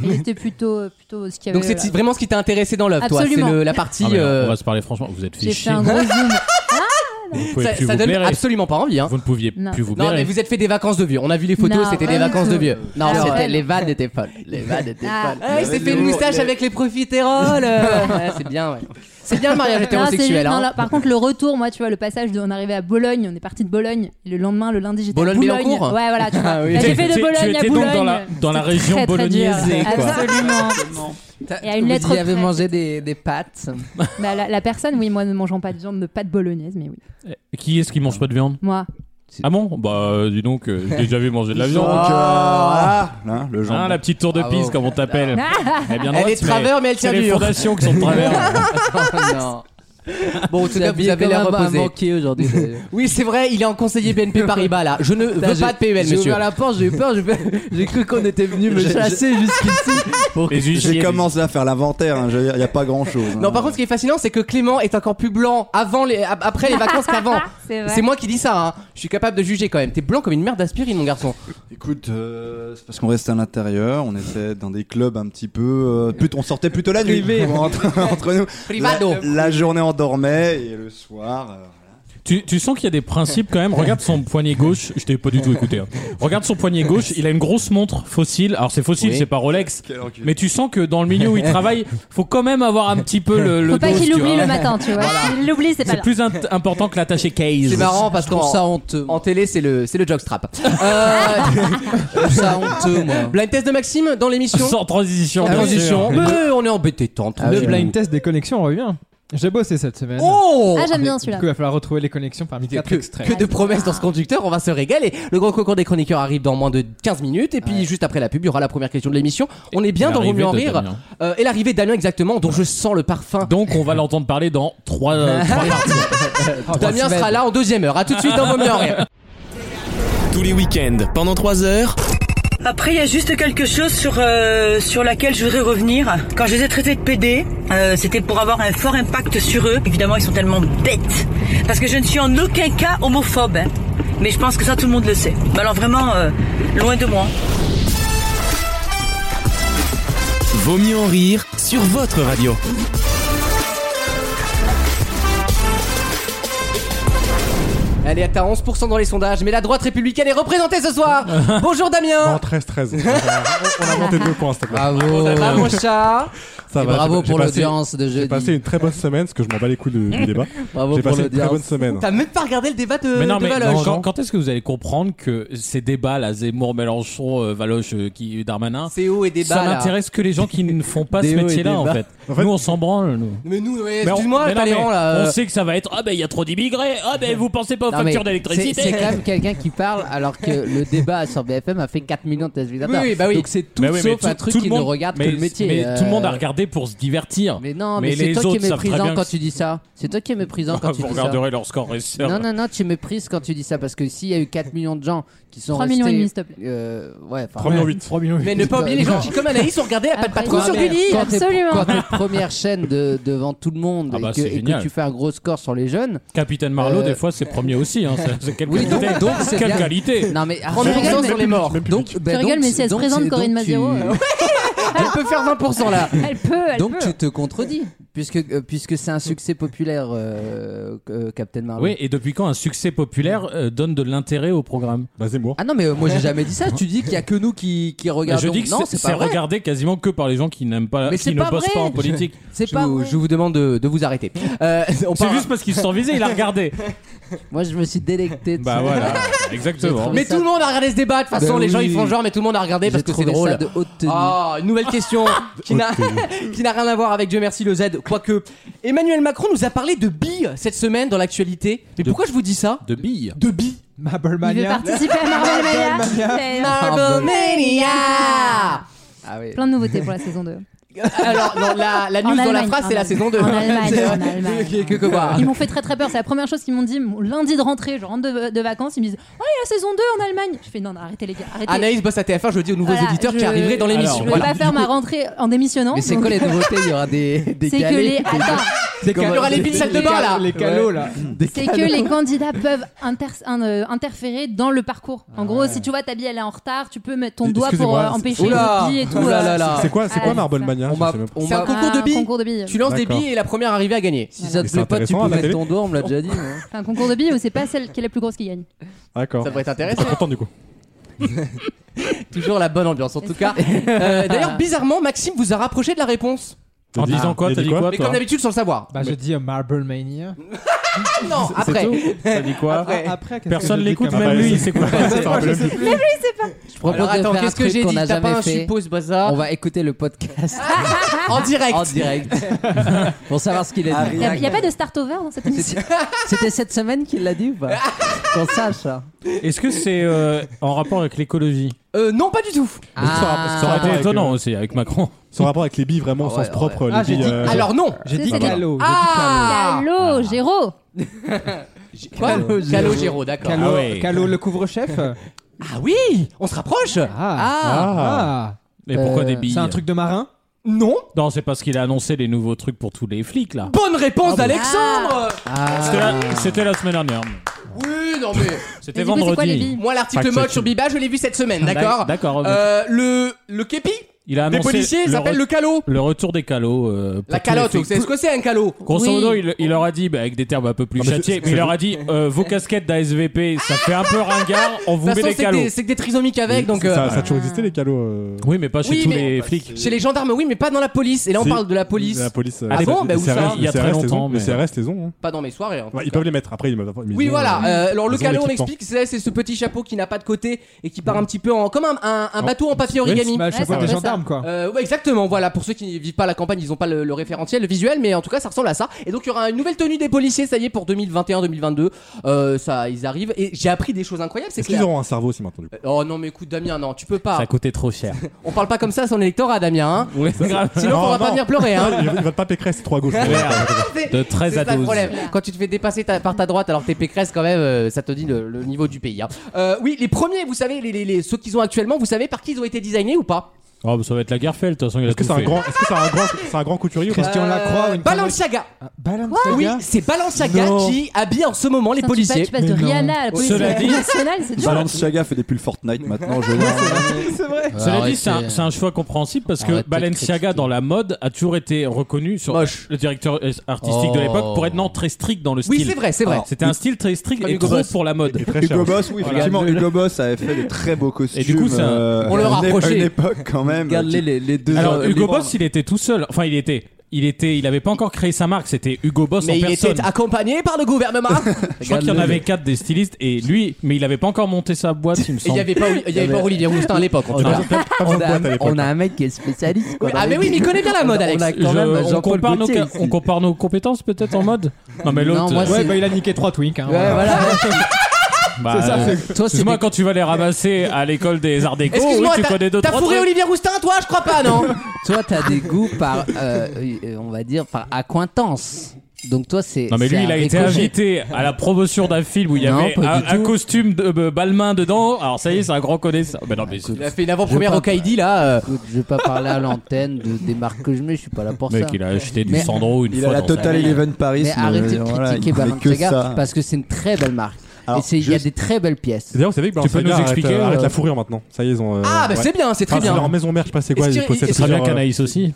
Speaker 4: Il était plutôt, plutôt ce qu'il y avait.
Speaker 2: Donc c'est
Speaker 4: là.
Speaker 2: vraiment ce qui t'a intéressé dans l'œuvre, toi. C'est
Speaker 4: Absolument.
Speaker 2: le- la partie.
Speaker 3: Ah, mais non,
Speaker 2: euh,
Speaker 3: On va se parler franchement, vous êtes fait
Speaker 4: J'ai fait
Speaker 3: chier.
Speaker 4: un hein. gros zoom.
Speaker 3: Vous pouvez
Speaker 2: ça
Speaker 3: plus
Speaker 2: ça
Speaker 3: vous
Speaker 2: donne
Speaker 3: blairer.
Speaker 2: absolument pas envie. Hein.
Speaker 3: Vous ne pouviez
Speaker 4: Non.
Speaker 3: plus vous
Speaker 2: Non, mais
Speaker 3: blairer.
Speaker 2: vous êtes fait des vacances de vieux. On a vu les photos,
Speaker 4: Non,
Speaker 2: c'était des
Speaker 4: pas du
Speaker 2: vacances
Speaker 4: tout.
Speaker 2: de vieux.
Speaker 5: Non,
Speaker 4: Alors,
Speaker 5: c'était-
Speaker 4: euh,
Speaker 5: les vannes étaient folles. Les vannes étaient
Speaker 4: Ah.
Speaker 5: folles.
Speaker 2: Ah, il s'est fait une moustache avec les profiteroles. Ouais, c'est bien, ouais. C'est bien le mariage
Speaker 4: Non, c'est
Speaker 2: hétérosexuel.
Speaker 4: juste- non,
Speaker 2: hein.
Speaker 4: là, par contre, le retour, moi, tu vois, le passage de, on arrivait à Bologne, on est parti de Bologne, et le lendemain, le lundi, j'étais à Bologne.
Speaker 2: Boulogne-Billancourt
Speaker 4: Ouais, voilà, tu vois.
Speaker 2: Ah oui.
Speaker 4: Là, j'ai fait
Speaker 3: Tu-
Speaker 4: de
Speaker 3: tu
Speaker 4: Bologne à
Speaker 3: étais donc
Speaker 4: Bologne.
Speaker 3: dans la- dans la
Speaker 4: C'était
Speaker 3: région
Speaker 4: très, très dur.
Speaker 3: bolognaise, quoi.
Speaker 4: Absolument. Et à une lettre
Speaker 5: Vous y avez
Speaker 4: près.
Speaker 5: mangé des, des pâtes.
Speaker 4: Bah, la, la personne, oui, moi, ne mangeant pas de viande, de pâte bolognaise, mais oui.
Speaker 3: Qui est-ce qui mange pas de viande
Speaker 4: Moi.
Speaker 3: Ah bon Bah euh, dis donc, euh, j'ai déjà vu manger de la viande.
Speaker 4: Ah.
Speaker 6: Donc, euh,
Speaker 5: Ah,
Speaker 6: voilà, hein, le genre.
Speaker 3: Hein, la petite tour de
Speaker 5: Bravo.
Speaker 3: piste comme on t'appelle. Elle est bien
Speaker 2: Elle
Speaker 3: droite,
Speaker 2: est de travers, mais elle
Speaker 3: C'est
Speaker 2: tient
Speaker 3: les
Speaker 2: dur.
Speaker 3: fondations qui sont de travers.
Speaker 5: Oh, non.
Speaker 2: Bon, en tout cas, vous avez l'air reposé.
Speaker 5: manqué aujourd'hui. d'ailleurs.
Speaker 2: Oui, c'est vrai, il est en conseiller BNP Paribas là. Je ne veux
Speaker 5: Putain,
Speaker 2: pas
Speaker 5: j'ai-
Speaker 2: de PEL,
Speaker 5: J'ai
Speaker 2: monsieur.
Speaker 5: ouvert la porte, j'ai eu peur, j'ai fait- j'ai cru qu'on était venu me chasser jusqu'ici.
Speaker 3: Les
Speaker 6: J'ai
Speaker 3: huissiers.
Speaker 6: commencé à faire l'inventaire, hein, je veux dire, il n'y a pas hein. grand chose.
Speaker 2: Non, par contre, ce qui est fascinant, c'est que Clément est encore plus blanc avant les, ap- après les vacances qu'avant.
Speaker 4: C'est vrai.
Speaker 2: C'est moi qui dis ça, hein. Je suis capable de juger quand même. T'es blanc comme une merde d'aspirine, mon garçon.
Speaker 6: Écoute, euh, c'est parce qu'on restait à l'intérieur, on était dans des clubs un petit peu. euh, plutôt, on sortait plutôt la nuit. Entre, entre nous. La,
Speaker 2: Privado.
Speaker 6: la journée, on dormait et le soir. euh,
Speaker 3: Tu, tu sens qu'il y a des principes quand même. Regarde son poignet gauche. Je t'ai pas du tout écouté. hein. Regarde son poignet gauche. Il a une grosse montre fossile. Alors c'est fossile,
Speaker 2: Oui.
Speaker 3: c'est pas Rolex.
Speaker 6: quel enculé.
Speaker 3: Mais tu sens que dans le milieu où il travaille, faut quand même avoir un petit peu le. le
Speaker 4: Faut pas
Speaker 3: dos,
Speaker 4: qu'il
Speaker 3: tu
Speaker 4: l'oublie
Speaker 3: vois.
Speaker 4: le matin, tu vois. Il l'oublie, c'est pas
Speaker 3: C'est
Speaker 4: là.
Speaker 3: plus int- important que l'attaché case.
Speaker 2: C'est marrant parce
Speaker 5: Je trouve
Speaker 2: qu'en
Speaker 5: ça honteux.
Speaker 2: en télé, c'est le, c'est le jockstrap. Euh,
Speaker 5: Je trouve ça honteux, moi. Ah,
Speaker 2: blind test de Maxime dans l'émission.
Speaker 3: Sans transition.
Speaker 2: En
Speaker 3: bien
Speaker 2: transition.
Speaker 3: sûr.
Speaker 2: Mais on est embêté tant.
Speaker 7: Le blind test des connexions revient. J'ai bossé cette semaine.
Speaker 2: Oh
Speaker 4: Ah, j'aime
Speaker 7: Mais
Speaker 4: bien
Speaker 7: Du
Speaker 4: celui-là.
Speaker 7: coup, il va falloir retrouver les connexions parmi
Speaker 2: Que,
Speaker 7: quatre extraits.
Speaker 2: que de promesses
Speaker 5: Ah.
Speaker 2: dans ce conducteur, on va se régaler. Le grand concours des chroniqueurs arrive dans moins de 15 minutes. Et puis, juste après la pub, il y aura la première question de l'émission. On est bien dans Vaut
Speaker 3: L'arrivée
Speaker 2: mieux en
Speaker 3: de
Speaker 2: rire.
Speaker 3: Damien.
Speaker 2: Euh, et l'arrivée de Damien, exactement, dont je sens le parfum.
Speaker 3: Donc on va l'entendre parler dans trois, euh, trois parties.
Speaker 2: Damien sera là en deuxième heure. À tout de suite dans Vaut mieux en rire.
Speaker 1: Tous les week-ends, pendant 3 heures.
Speaker 8: Après, il y a juste quelque chose sur, euh, sur laquelle je voudrais revenir. Quand je les ai traités de PD, euh, c'était pour avoir un fort impact sur eux. Évidemment, ils sont tellement bêtes. Parce que je ne suis en aucun cas homophobe. hein. Mais je pense que ça, tout le monde le sait. Mais alors vraiment, euh, loin de moi.
Speaker 1: Vaut mieux en rire sur votre radio.
Speaker 2: Elle est à 11% dans les sondages, mais la droite républicaine est représentée ce soir. Bonjour Damien.
Speaker 9: En 13-13. On a monté de deux points, cette fois.
Speaker 5: Bravo.
Speaker 2: Bravo mon chat.
Speaker 9: Ça
Speaker 5: Et
Speaker 9: va,
Speaker 5: bravo
Speaker 9: j'ai- j'ai
Speaker 5: pour
Speaker 9: passé-
Speaker 5: l'audience de
Speaker 9: J'ai
Speaker 5: jeudi.
Speaker 9: passé une très bonne semaine, parce que je m'en bats les couilles du, du débat.
Speaker 5: Bravo
Speaker 9: J'ai
Speaker 5: pour
Speaker 9: passé une très bonne
Speaker 5: l'audience.
Speaker 9: semaine.
Speaker 2: T'as même pas regardé le débat de,
Speaker 3: Mais non,
Speaker 2: de
Speaker 3: mais
Speaker 2: Valoche.
Speaker 5: hein.
Speaker 3: quand, quand est-ce que vous allez comprendre que ces débats, là, Zemmour, Mélenchon, euh, Valoche, euh, qui, Darmanin,
Speaker 2: C'est haut et débat.
Speaker 3: ça
Speaker 2: là.
Speaker 3: n'intéresse que les gens qui ne font pas ce
Speaker 5: Des hauts et
Speaker 3: métier-là, en
Speaker 5: des
Speaker 3: fait.
Speaker 9: En fait-
Speaker 3: Nous, on s'en branle, nous.
Speaker 2: Mais nous, ouais,
Speaker 3: Mais on-
Speaker 2: excuse-moi,
Speaker 3: mais non,
Speaker 2: t'as les
Speaker 3: mais
Speaker 2: rangs là.
Speaker 3: On
Speaker 2: euh,
Speaker 3: sait que ça va être. Ah ben il y a trop d'immigrés. Ah ben vous pensez pas aux
Speaker 5: Non, mais
Speaker 3: factures
Speaker 5: c'est- C'est
Speaker 3: d'électricité.
Speaker 5: quand même quelqu'un qui parle alors que le débat sur BFM a fait 4 millions de téléspectateurs.
Speaker 2: Oui, oui, bah oui.
Speaker 5: Donc c'est tout
Speaker 3: Mais oui, mais
Speaker 5: sauf un truc
Speaker 3: tout le
Speaker 5: qui ne
Speaker 3: monde-
Speaker 5: regarde
Speaker 3: mais-
Speaker 5: que le métier.
Speaker 3: Mais tout le monde a
Speaker 5: Euh,
Speaker 3: regardé pour se divertir.
Speaker 5: Mais non, mais,
Speaker 3: Mais
Speaker 5: c'est
Speaker 3: les
Speaker 5: toi qui es
Speaker 3: autres savent très
Speaker 5: méprisant
Speaker 3: bien
Speaker 5: quand
Speaker 3: que- Ah,
Speaker 5: tu dis ça. C'est toi qui es méprisant quand tu
Speaker 3: vous
Speaker 5: dis ça.
Speaker 3: regarderez leur score réussir.
Speaker 5: Non, non, non, tu méprises quand tu dis ça parce que s'il y a eu 4 millions de gens qui sont
Speaker 4: 3
Speaker 5: restés.
Speaker 4: millions et demi, s'il te plaît.
Speaker 5: Euh, ouais, enfin.
Speaker 9: 3 millions 8.
Speaker 7: 3 millions.
Speaker 2: Mais ne pas oublier les gens qui, comme Anaïs, ont regardé la patte
Speaker 4: Après,
Speaker 2: patron
Speaker 4: ils
Speaker 2: sur
Speaker 4: ont-
Speaker 2: Gulli.
Speaker 4: Gulli,
Speaker 5: quand t'es-
Speaker 4: absolument.
Speaker 5: Quand t'es première chaîne de- devant tout le monde
Speaker 3: Ah bah,
Speaker 5: et, que,
Speaker 3: c'est
Speaker 5: et que
Speaker 3: génial.
Speaker 5: tu fais un gros score sur les jeunes.
Speaker 3: Capitaine Marlowe,
Speaker 5: Euh,
Speaker 3: des fois, c'est premier aussi. Hein. C'est- C'est quelle
Speaker 5: Oui, donc-
Speaker 3: qualité.
Speaker 5: donc, c'est
Speaker 3: quelle
Speaker 5: bien.
Speaker 3: qualité.
Speaker 5: Non mais ah,
Speaker 2: Prends
Speaker 5: je
Speaker 2: le
Speaker 5: rigole,
Speaker 2: exemple
Speaker 5: mais-
Speaker 2: sur les morts.
Speaker 5: donc, bah,
Speaker 4: Tu rigoles,
Speaker 5: donc,
Speaker 4: mais si elle se
Speaker 5: donc,
Speaker 4: présente,
Speaker 5: c'est-
Speaker 4: Corinne
Speaker 5: donc, tu-
Speaker 4: Mazero, euh,
Speaker 5: Elle peut faire 20% là.
Speaker 4: Elle peut, elle
Speaker 5: Donc
Speaker 4: peut.
Speaker 5: tu te contredis puisque euh, puisque c'est un succès populaire euh, euh, Captain
Speaker 3: Ah
Speaker 5: Marvel.
Speaker 3: Oui, et depuis quand un succès populaire euh, donne de l'intérêt au programme
Speaker 9: Bah, Zemmour.
Speaker 5: Ah non mais euh, moi j'ai jamais dit ça. Tu dis qu'il y a que nous qui
Speaker 2: Bah,
Speaker 5: qui regardons.
Speaker 3: Je dis que
Speaker 5: non,
Speaker 3: c'est-
Speaker 5: c'est
Speaker 3: c'est
Speaker 5: pas vrai.
Speaker 3: regardé quasiment que par les gens qui n'aiment pas,
Speaker 5: Mais c'est
Speaker 3: qui ne
Speaker 5: pas
Speaker 3: bossent
Speaker 5: vrai.
Speaker 3: pas en politique.
Speaker 5: C'est
Speaker 2: Je
Speaker 5: pas.
Speaker 2: vous,
Speaker 5: vrai.
Speaker 2: je vous demande de, de vous arrêter. Euh, on
Speaker 3: C'est
Speaker 2: parle-
Speaker 3: juste parce qu'ils se sont visés, il a regardé.
Speaker 5: Moi je me suis délecté. De
Speaker 3: bah
Speaker 5: ça.
Speaker 3: voilà,
Speaker 5: J'ai
Speaker 3: exactement.
Speaker 5: trouvé
Speaker 2: Mais
Speaker 5: ça-
Speaker 2: tout le monde a regardé ce débat. De toute façon,
Speaker 5: Bah
Speaker 2: les gens
Speaker 5: oui.
Speaker 2: ils font genre, mais tout le monde a regardé
Speaker 5: J'ai
Speaker 2: parce que c'est
Speaker 5: trouvé
Speaker 2: drôle.
Speaker 5: ça de haute tenue.
Speaker 2: Ah, une nouvelle question qui n'a qui n'a rien à voir avec Dieu merci le Z, quoique Emmanuel Macron nous a parlé de billes cette semaine dans l'actualité. Mais
Speaker 3: De-
Speaker 2: pourquoi je vous dis ça
Speaker 3: De billes.
Speaker 2: De billes
Speaker 4: Il veut
Speaker 7: Marblemania.
Speaker 4: participer à Marvel Mania. C'est-
Speaker 5: Marble
Speaker 2: Mania
Speaker 5: Ah oui.
Speaker 4: Plein de nouveautés pour la saison 2.
Speaker 2: Alors, non, la, la news
Speaker 4: En
Speaker 2: dans la
Speaker 4: Allemagne,
Speaker 2: phrase, c'est la
Speaker 4: en Allemagne.
Speaker 2: saison 2.
Speaker 4: En Allemagne,
Speaker 2: C'est-
Speaker 4: en Allemagne.
Speaker 2: Que- que- que quoi
Speaker 4: Ils m'ont fait très très peur. C'est la première chose qu'ils m'ont dit mon lundi de rentrée. Je rentre de, de vacances. Ils me disent Oh, il y a la saison 2 en Allemagne. Je fais Non, non, arrêtez les gars. Arrêtez.
Speaker 2: Anaïs bosse à TF1, je le dis aux nouveaux
Speaker 4: Voilà,
Speaker 2: auditeurs qui
Speaker 4: je-
Speaker 2: arriveraient dans
Speaker 4: Je
Speaker 2: l'émission.
Speaker 4: ne vais
Speaker 2: Voilà.
Speaker 4: pas faire ma rentrée en démissionnant.
Speaker 5: Mais c'est
Speaker 4: donc-
Speaker 5: quoi les nouveautés Il y aura des des
Speaker 4: C'est que les.
Speaker 5: galets, des-
Speaker 4: Attends,
Speaker 7: Il
Speaker 2: Il y aura les billes de salle de bain là
Speaker 7: Les calots là.
Speaker 5: des
Speaker 4: c'est
Speaker 5: canaux.
Speaker 4: que les candidats peuvent inter- un, euh, interférer dans le parcours. En gros, si tu vois ta bille elle est en retard, tu peux mettre ton doigt pour
Speaker 9: Excusez-moi,
Speaker 4: euh,
Speaker 9: c'est-
Speaker 4: empêcher
Speaker 2: Oula
Speaker 4: la bille et tout.
Speaker 2: Ouh Oh là
Speaker 4: euh,
Speaker 2: là là.
Speaker 9: C'est quoi, c'est
Speaker 4: Ah,
Speaker 9: quoi
Speaker 4: c'est
Speaker 9: Marble
Speaker 4: ça.
Speaker 9: Mania
Speaker 5: On
Speaker 9: Je
Speaker 5: m'a-
Speaker 9: sais même pas.
Speaker 5: on
Speaker 2: C'est un
Speaker 5: m'a-
Speaker 2: concours de
Speaker 4: un
Speaker 2: billes.
Speaker 4: concours de billes.
Speaker 2: Tu lances des
Speaker 9: D'accord.
Speaker 2: billes et la première arrivée à gagner.
Speaker 5: Si ça
Speaker 9: Mais
Speaker 5: te
Speaker 9: c'est
Speaker 5: plaît pas, tu
Speaker 2: E
Speaker 9: intéressant, à
Speaker 5: peux
Speaker 9: la
Speaker 5: mettre
Speaker 9: télé.
Speaker 5: ton doigt. On me l'a déjà dit. hein.
Speaker 4: C'est un concours de billes où c'est pas celle qui est la plus grosse qui gagne.
Speaker 9: D'accord.
Speaker 2: Ça pourrait
Speaker 9: Je
Speaker 2: t'intéresser.
Speaker 9: suis content du coup.
Speaker 2: Toujours la bonne ambiance en tout cas. Euh, D'ailleurs, bizarrement, Maxime vous a rapproché de la réponse.
Speaker 3: En disant
Speaker 9: Ah,
Speaker 3: quoi,
Speaker 9: il a
Speaker 3: t'as
Speaker 9: dit
Speaker 3: dit
Speaker 9: quoi
Speaker 3: quoi
Speaker 2: Mais comme d'habitude, sans le savoir.
Speaker 7: Bah je dis euh, Marblemania.
Speaker 2: Ah Non, après.
Speaker 3: T'as dit quoi
Speaker 7: Ah, Après, qu'est-ce que
Speaker 3: Personne
Speaker 7: je dis
Speaker 3: l'écoute,
Speaker 7: comme-
Speaker 9: Ah,
Speaker 3: même
Speaker 9: bah,
Speaker 3: lui,
Speaker 9: oui.
Speaker 3: il s'écoute
Speaker 7: Ah,
Speaker 3: pas.
Speaker 7: bah, moi, je sais plus.
Speaker 5: Je propose
Speaker 2: Alors
Speaker 5: de
Speaker 2: attends,
Speaker 5: faire un
Speaker 2: qu'est-ce que
Speaker 5: truc
Speaker 2: j'ai
Speaker 5: qu'on
Speaker 2: dit
Speaker 5: a
Speaker 2: T'as pas
Speaker 5: jamais
Speaker 2: un
Speaker 5: fait.
Speaker 2: suppose bazar
Speaker 5: On va écouter le podcast
Speaker 2: Ah, En direct. Ah,
Speaker 5: en direct pour savoir ce qu'il a dit.
Speaker 4: Il n'y a, pas de start over dans cette émission.
Speaker 5: C'était cette semaine qu'il l'a dit ou pas Qu'on sache ça.
Speaker 3: Est-ce que c'est euh, en rapport avec l'écologie
Speaker 2: Euh, non, pas du tout.
Speaker 5: Ah.
Speaker 3: Ça aurait été
Speaker 9: avec,
Speaker 3: étonnant
Speaker 9: euh,
Speaker 3: aussi avec Macron.
Speaker 9: Son rapport avec les billes, vraiment, au
Speaker 5: Ah,
Speaker 9: sens
Speaker 5: ouais,
Speaker 9: propre.
Speaker 7: Ah,
Speaker 9: les
Speaker 7: j'ai
Speaker 9: billes,
Speaker 7: dit-
Speaker 9: euh,
Speaker 2: Alors non.
Speaker 7: J'ai
Speaker 4: C'est
Speaker 7: dit
Speaker 4: des-
Speaker 7: calots. j'ai dit
Speaker 2: Ah.
Speaker 4: Allô, Géraud
Speaker 2: Quoi
Speaker 5: Calo-
Speaker 2: Calogero, d'accord.
Speaker 7: Calots,
Speaker 3: Ah ouais.
Speaker 7: Calots, le couvre-chef
Speaker 2: Ah oui, on se rapproche.
Speaker 7: Ah,
Speaker 3: Mais pourquoi
Speaker 5: Euh,
Speaker 3: des billes
Speaker 7: C'est un truc de marin
Speaker 2: Non.
Speaker 3: Non, c'est parce qu'il a annoncé les nouveaux trucs pour tous les flics là.
Speaker 2: Bonne réponse d'Alexandre.
Speaker 3: C'était la- C'était la semaine dernière.
Speaker 2: Oui, non mais
Speaker 3: C'était
Speaker 4: Mais du coup, c'est quoi
Speaker 3: vendredi.
Speaker 4: les
Speaker 3: Bah,
Speaker 4: billes
Speaker 2: moi l'article
Speaker 9: Fact-checking.
Speaker 2: mode sur Biba, je l'ai vu cette semaine, d'accord.
Speaker 3: Ah, D'accord.
Speaker 2: Euh, le le képi
Speaker 3: Il a
Speaker 2: des
Speaker 3: annoncé
Speaker 2: policiers, il
Speaker 3: le
Speaker 2: s'appelle
Speaker 3: re-
Speaker 2: le calot.
Speaker 3: le retour des calots. euh, pour
Speaker 2: La
Speaker 3: tous les
Speaker 2: calotte, vous
Speaker 3: flics.
Speaker 2: savez ce que c'est un calot
Speaker 3: Grosso
Speaker 4: Oui.
Speaker 3: modo, il, il leur a dit, bah, avec des termes un peu plus
Speaker 9: Ah, mais c'est-
Speaker 3: châtiés,
Speaker 9: c'est-
Speaker 3: mais il leur a dit euh, vos casquettes d'ASVP, ça fait un peu ringard, on vous
Speaker 2: De toute
Speaker 3: met
Speaker 2: façon,
Speaker 3: des
Speaker 2: c'est que
Speaker 3: calots.
Speaker 2: des, c'est que des trisomiques avec, donc euh,
Speaker 9: ça, ça a toujours existé les calots. euh,
Speaker 3: Oui, mais pas chez
Speaker 2: Oui,
Speaker 3: tous
Speaker 2: mais-
Speaker 3: les flics.
Speaker 2: chez les gendarmes, oui, mais pas dans la police. Et là, on
Speaker 9: Si.
Speaker 2: parle de la police,
Speaker 9: La police. euh,
Speaker 2: Ah
Speaker 9: les-
Speaker 2: bon
Speaker 9: les
Speaker 2: Bah, où
Speaker 9: CRS,
Speaker 2: ça
Speaker 9: les
Speaker 3: Il y a très
Speaker 9: CRS, les ont,
Speaker 3: longtemps,
Speaker 9: Les
Speaker 3: mais-
Speaker 9: CRS, les ont. hein.
Speaker 2: pas dans mes soirées. en tout
Speaker 9: Ouais, Ils
Speaker 2: cas.
Speaker 9: peuvent les mettre. Après, ils ils ont-
Speaker 2: Oui, voilà. euh, alors, le
Speaker 9: ils ont
Speaker 2: calot, on
Speaker 9: l'équipement.
Speaker 2: explique, c'est c'est ce petit chapeau qui n'a pas de côté et qui part un petit peu en. comme un, un- un bateau en papier
Speaker 7: Oui,
Speaker 2: origami.
Speaker 7: bah, je sais
Speaker 4: Ouais,
Speaker 7: pas,
Speaker 4: c'est
Speaker 7: des
Speaker 4: un peu ça.
Speaker 7: terme, quoi.
Speaker 2: Euh, ouais, exactement, voilà. Pour ceux qui ne vivent pas à la campagne, ils n'ont pas le, le référentiel, le visuel, mais en tout cas, ça ressemble à ça. Et donc, il y aura une nouvelle tenue des policiers, ça y est, pour 2021-2022. Euh, ça, ils arrivent. Et j'ai appris des choses incroyables, c'est
Speaker 9: Est-ce qu'ils
Speaker 2: clair.
Speaker 9: auront un cerveau aussi maintenant du coup
Speaker 2: Oh non, mais écoute, Damien, non, tu peux pas.
Speaker 3: Ça coûtait trop cher.
Speaker 2: On parle pas comme ça à son électorat, Damien. Hein
Speaker 3: Ouais, grave.
Speaker 2: Sinon, on
Speaker 9: Non,
Speaker 2: va pas
Speaker 9: non.
Speaker 2: venir pleurer. Hein
Speaker 9: Ah, Il va il va pas pécresse, trois gauches.
Speaker 3: De 13 à
Speaker 2: C'est ça le
Speaker 3: 12.
Speaker 2: problème. Quand tu te fais dépasser ta- par ta droite alors que t'es pécresse quand même, euh, ça te dit le, le niveau du pays. hein. Euh, oui, les premiers, vous savez, les, les- les- ceux qu'ils ont actuellement, vous savez par qui ils ont été designés ou pas
Speaker 3: Oh, bah, ça va être la Garfeld, de toute façon. il a
Speaker 9: Est-ce que
Speaker 3: tout
Speaker 9: c'est un
Speaker 3: fait.
Speaker 9: grand, est-ce que c'est un grand, c'est un grand couturier ou pas
Speaker 7: Christian Lacroix ou une
Speaker 2: Euh, Balenciaga.
Speaker 7: Balance
Speaker 2: Oui, c'est Balenciaga
Speaker 7: Non.
Speaker 2: qui habille en ce moment les
Speaker 4: Putain, tu passes-
Speaker 2: policiers.
Speaker 4: Tu passes de
Speaker 7: Mais non.
Speaker 4: Rihanna à la police
Speaker 3: Cela dit-
Speaker 4: nationale, c'est dur.
Speaker 6: Balenciaga fait des pulls Fortnite maintenant, je vois.
Speaker 7: C'est vrai.
Speaker 3: Cela dit,
Speaker 5: Arrêtez.
Speaker 3: c'est un, c'est un choix compréhensible parce que
Speaker 5: Arrêtez de
Speaker 3: Balenciaga,
Speaker 5: critiquer.
Speaker 3: dans la mode, a toujours été reconnu sur
Speaker 2: Moche.
Speaker 3: le directeur euh, artistique de l'époque
Speaker 5: Oh.
Speaker 3: pour être non très strict dans le style.
Speaker 2: Oui, c'est vrai, c'est vrai.
Speaker 3: Alors, C'était un style très strict
Speaker 2: Comme
Speaker 3: et
Speaker 2: Hugo
Speaker 3: trop
Speaker 2: Boss.
Speaker 3: pour la mode.
Speaker 9: Et très cher.
Speaker 6: Hugo Boss, oui,
Speaker 3: Voilà.
Speaker 6: effectivement, Hugo Boss avait fait des très beaux costumes.
Speaker 3: Et du coup, c'est un-
Speaker 6: euh,
Speaker 2: On leur a
Speaker 6: à une- à
Speaker 2: reproché.
Speaker 6: une époque quand même.
Speaker 5: Regarde-les,
Speaker 6: qui-
Speaker 5: les, les deux.
Speaker 3: Alors
Speaker 5: euh,
Speaker 3: Hugo
Speaker 5: les-
Speaker 3: Boss, il était tout seul. Enfin, il était, il était, il avait pas encore créé sa marque. C'était Hugo Boss
Speaker 2: Mais
Speaker 3: en
Speaker 2: il
Speaker 3: personne.
Speaker 2: était accompagné par le gouvernement.
Speaker 3: Je crois qu'il y en avait quatre des stylistes et lui, mais il avait pas encore monté sa boîte, il
Speaker 2: Et
Speaker 3: me
Speaker 2: il
Speaker 3: semble.
Speaker 2: n'y avait pas, il y avait pas Olivier Roustin à l'époque. en tout cas.
Speaker 5: on, a, on a un mec qui est spécialiste. quoi,
Speaker 2: Oui, ah,
Speaker 5: dans
Speaker 2: mais
Speaker 5: les-
Speaker 2: oui, mais il connaît bien la mode,
Speaker 5: On a
Speaker 2: Alex.
Speaker 5: quand
Speaker 3: Je-
Speaker 5: même
Speaker 3: on,
Speaker 5: Jean-Paul
Speaker 3: compare nos,
Speaker 5: Gaultier
Speaker 3: ca- on
Speaker 5: ici.
Speaker 3: compare nos compétences peut-être en mode Non mais
Speaker 5: Non,
Speaker 3: l'autre, euh,
Speaker 5: moi,
Speaker 7: Ouais,
Speaker 5: c'est-
Speaker 7: bah il a niqué trois twinks. Hein,
Speaker 5: Ouais, voilà.
Speaker 3: bah,
Speaker 7: ça,
Speaker 3: euh,
Speaker 7: c'est-
Speaker 5: Toi, c'est
Speaker 3: excuse-moi quand tu vas les ramasser à l'école des arts déco, oui,
Speaker 2: Excuse-moi,
Speaker 3: tu
Speaker 2: t'as-
Speaker 3: connais d'autres
Speaker 2: t'as fourré Olivier Roustin, toi Je crois pas, non
Speaker 5: Toi, t'as des goûts par, euh, euh, on va dire, par acquaintance. Donc toi, c'est.
Speaker 3: Non mais
Speaker 5: c'est
Speaker 3: lui il
Speaker 5: un
Speaker 3: a été
Speaker 5: ricochet.
Speaker 3: invité à la promotion d'un film où il y
Speaker 5: Non,
Speaker 3: avait
Speaker 5: pas
Speaker 3: un,
Speaker 5: du
Speaker 3: un
Speaker 5: tout.
Speaker 3: costume de euh, Balmain dedans. Alors ça y est, c'est un grand connaisseur. Mais non mais
Speaker 5: Écoute,
Speaker 2: Il a fait une avant-première
Speaker 5: Je
Speaker 2: au
Speaker 5: parle-
Speaker 2: Kaidi, là. euh.
Speaker 5: écoute, je vais pas parler à l'antenne de, des marques que je mets. Je suis pas là pour
Speaker 3: mec,
Speaker 5: ça.
Speaker 3: il a acheté du
Speaker 5: Mais-
Speaker 3: Sandro une
Speaker 6: Il
Speaker 3: fois.
Speaker 6: a la
Speaker 3: dans sa
Speaker 6: Total
Speaker 3: vie.
Speaker 6: Eleven Paris.
Speaker 5: Mais arrêtez de
Speaker 6: voilà,
Speaker 5: critiquer
Speaker 6: il fait que
Speaker 5: Balenciaga
Speaker 6: ça.
Speaker 5: parce que c'est une très belle marque.
Speaker 6: Alors,
Speaker 5: Et c'est- il y a
Speaker 6: juste-
Speaker 5: des très belles pièces.
Speaker 9: D'ailleurs, vous savez que
Speaker 3: peux
Speaker 9: Balenciaga
Speaker 3: nous
Speaker 9: arrête,
Speaker 3: expliquer,
Speaker 9: euh, arrête
Speaker 3: euh,
Speaker 9: la fourrure maintenant. Ça y est, ils ont. euh,
Speaker 2: Ah, bah
Speaker 9: ouais.
Speaker 2: c'est bien, c'est très
Speaker 9: Enfin, c'est
Speaker 2: bien.
Speaker 9: leur maison mère, je sais pas c'est quoi.
Speaker 2: Est-ce
Speaker 9: Ils
Speaker 2: qu'il-
Speaker 9: possèdent
Speaker 2: est-ce
Speaker 3: Ce sera bien
Speaker 9: plusieurs, euh,
Speaker 3: qu'Anaïs aussi.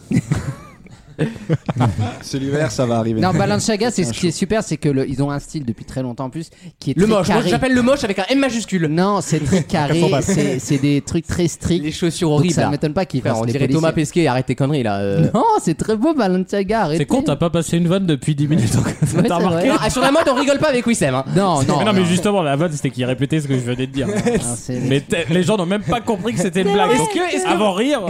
Speaker 6: C'est l'hiver, ça va arriver.
Speaker 5: Non, Balenciaga, c'est
Speaker 6: Un
Speaker 5: ce qui est super, c'est que le- ils ont un style depuis très longtemps en plus qui est
Speaker 2: Le
Speaker 5: très
Speaker 2: moche. Moi,
Speaker 5: carré.
Speaker 2: j'appelle le moche avec un M majuscule.
Speaker 5: Non, c'est très carré.
Speaker 9: Elles sont basses.
Speaker 5: c'est c'est des trucs très stricts.
Speaker 2: Les chaussures
Speaker 5: Donc
Speaker 2: horribles.
Speaker 5: ça
Speaker 2: là.
Speaker 5: m'étonne pas qu'ils
Speaker 2: Frère,
Speaker 5: fassent
Speaker 2: on
Speaker 5: les
Speaker 2: dirait
Speaker 5: policiers.
Speaker 2: Thomas Pesquet, arrête tes conneries là. euh.
Speaker 5: Non, c'est très beau Balenciaga. arrêtez.
Speaker 3: C'est con, t'as pas passé une vanne depuis 10 minutes.
Speaker 5: Ouais, c'est
Speaker 3: T'as remarqué
Speaker 5: vrai.
Speaker 2: Non, hein. ah, sur la mode, on rigole pas avec Wissem. hein.
Speaker 5: Non, non.
Speaker 3: mais non, mais justement, la vanne, c'était qu'il répétait ce que je venais de dire.
Speaker 5: non, c'est-
Speaker 3: mais t'es- les gens n'ont même pas compris que c'était une blague.
Speaker 2: Est-ce
Speaker 3: Donc,
Speaker 2: que- est-ce que-
Speaker 3: avant rire,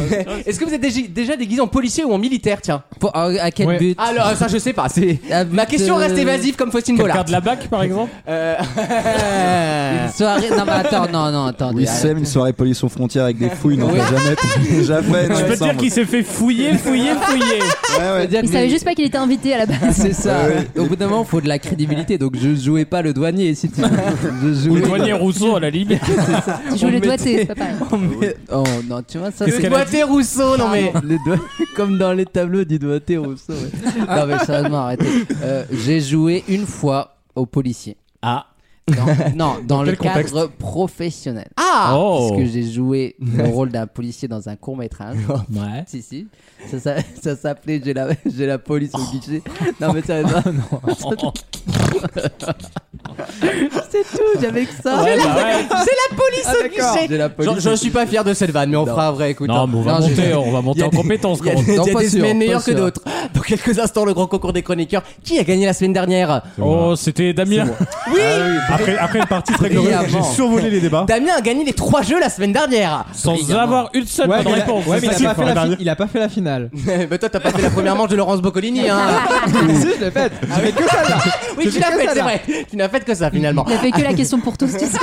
Speaker 2: Est-ce que vous êtes dégi- déjà déguisé en policier ou en militaire Tiens.
Speaker 5: Pour- à, à quel
Speaker 7: Ouais.
Speaker 5: but
Speaker 2: Alors, ça, je sais pas. C'est.
Speaker 5: À but,
Speaker 2: Ma question
Speaker 5: euh,
Speaker 2: reste évasive comme Faustine
Speaker 3: quelqu'un
Speaker 2: Bollard.
Speaker 3: de la bac, par exemple.
Speaker 5: Une soirée. Non, mais attends, non, non, attendez. ah,
Speaker 6: Oui, Sam, une soirée polisson frontière avec des fouilles, non, t'as jamais déjà fait. non,
Speaker 3: Je
Speaker 6: il
Speaker 3: peux te dire
Speaker 6: semble.
Speaker 3: qu'il s'est fait fouiller, fouiller, fouiller.
Speaker 6: Ouais, ouais.
Speaker 4: Il savait juste pas qu'il était invité à la base.
Speaker 5: Ah, C'est ça. Au bout d'un moment, faut de la crédibilité. Donc je jouais pas le douanier si tu veux. Je
Speaker 3: Ou
Speaker 5: jouais.
Speaker 3: le douanier Rousseau à la limite.
Speaker 4: Tu joues
Speaker 5: On
Speaker 4: les doigts,
Speaker 5: mettait-
Speaker 4: c'est pas pareil.
Speaker 5: on met- Oh non, tu vois ça.
Speaker 3: Qu'est-ce
Speaker 5: c'est-
Speaker 3: qu'elle a dit
Speaker 2: Boité Rousseau, non mais.
Speaker 5: Les doigts- comme dans les tableaux du doigté Rousseau. ouais. Non mais sérieusement, arrêtez. Euh, J'ai joué une fois au policier.
Speaker 3: Ah,
Speaker 5: Dans- non, dans le
Speaker 9: quel contexte
Speaker 5: cadre professionnel.
Speaker 2: Ah
Speaker 3: oh.
Speaker 5: Parce que j'ai joué le rôle d'un policier dans un court métrage.
Speaker 3: Ouais.
Speaker 5: Si, si. Ça, ça- ça s'appelait J'ai la, j'ai la police au guichet.
Speaker 2: Oh,
Speaker 5: Non, mais sérieusement. C'est tout, j'avais que ça.
Speaker 3: Ouais, bah ouais.
Speaker 7: Ah,
Speaker 5: J'ai la
Speaker 2: J'en
Speaker 5: police.
Speaker 2: j'en suis pas fier de cette vanne, mais on fera un vrai, écoute. hein.
Speaker 3: Non, mais on va
Speaker 5: Non, j'ai-
Speaker 3: monter, on va monter en compétence.
Speaker 2: Il y a
Speaker 3: comment-
Speaker 2: des, il y a
Speaker 5: Non,
Speaker 2: des
Speaker 5: pas sûr,
Speaker 2: semaines
Speaker 5: pas
Speaker 2: meilleures que
Speaker 5: sûr.
Speaker 2: d'autres. Dans quelques instants, le grand concours des chroniqueurs. Qui a gagné la semaine dernière
Speaker 3: Oh, c'était Damien.
Speaker 9: Après, après une partie très glorieuse, j'ai
Speaker 5: Brillamment.
Speaker 9: survolé les débats.
Speaker 2: Damien a gagné les trois jeux la semaine dernière.
Speaker 3: Sans avoir une seule
Speaker 7: Ouais,
Speaker 3: bonne
Speaker 7: mais il a-
Speaker 3: réponse.
Speaker 7: ouais, mais il a
Speaker 9: Si,
Speaker 7: pas
Speaker 9: faut
Speaker 7: fait la
Speaker 9: regarder.
Speaker 7: fi- il a pas fait la finale.
Speaker 2: bah toi, t'as pas fait la première manche de Laurence Boccolini, hein.
Speaker 7: Ah, si, je l'ai faite. J'ai fait que ça là.
Speaker 2: Oui, tu
Speaker 7: J'ai fait
Speaker 2: l'as
Speaker 7: que
Speaker 2: fait,
Speaker 7: ça,
Speaker 2: c'est
Speaker 7: là.
Speaker 2: vrai. Tu n'as fait que ça finalement. Ah,
Speaker 4: Il a fait que la question pour tous, tu sais.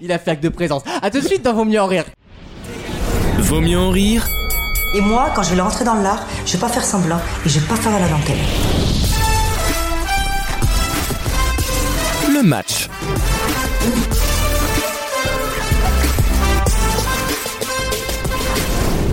Speaker 2: Il a fait acte de présence. À tout de suite dans Vaut mieux en rire.
Speaker 1: Vaut mieux en rire
Speaker 8: Et moi, quand je vais rentrer dans l'art, je vais pas faire semblant et je vais pas faire à la dentelle.
Speaker 1: Le match.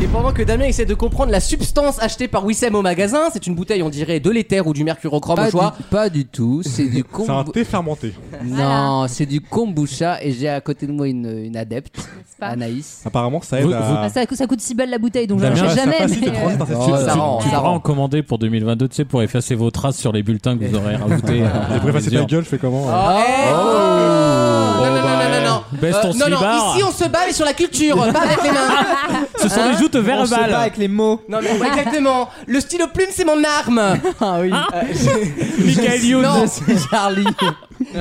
Speaker 2: Et pendant que Damien essaie de comprendre la substance achetée par Wissem au magasin, c'est une bouteille, on dirait, de l'éther ou du mercurochrome au
Speaker 5: Pas
Speaker 2: choix.
Speaker 5: du, pas du tout, c'est du
Speaker 9: C'est un
Speaker 5: kombu-
Speaker 9: thé fermenté.
Speaker 5: non, c'est du kombucha et j'ai à côté de moi une, une adepte,
Speaker 4: pas
Speaker 5: Anaïs.
Speaker 9: Apparemment, ça aide
Speaker 3: Vous-
Speaker 9: à.
Speaker 4: Ah, ça, ça coûte 6 balles la bouteille, donc je
Speaker 3: Damien,
Speaker 4: l'achète
Speaker 9: ça
Speaker 4: jamais.
Speaker 9: facilite le
Speaker 4: mais,
Speaker 9: transit
Speaker 4: euh,
Speaker 9: par cette
Speaker 5: Oh,
Speaker 9: substance.
Speaker 5: ça rend,
Speaker 3: Tu
Speaker 5: ça
Speaker 3: pourras en
Speaker 5: rend.
Speaker 3: commander pour 2022, tu sais, pour effacer vos traces sur les bulletins que vous aurez rajoutés. euh,
Speaker 9: J'ai préfacé ta gueule, je fais comment euh
Speaker 2: Oh, eh,
Speaker 3: Bon,
Speaker 2: Non, non, non,
Speaker 3: bah,
Speaker 2: non, non, non.
Speaker 3: baisse ton
Speaker 2: Euh, non, non,
Speaker 3: slibard.
Speaker 2: ici on se bat mais sur la culture, pas avec les mains.
Speaker 3: Ce sont des joutes
Speaker 7: On se bat
Speaker 3: verbales.
Speaker 7: avec les mots.
Speaker 2: Non, mais ouais, exactement. Le stylo plume, c'est mon arme. Euh,
Speaker 5: Ah oui,
Speaker 3: Michael Youn.
Speaker 2: Non,
Speaker 5: c'est Charlie.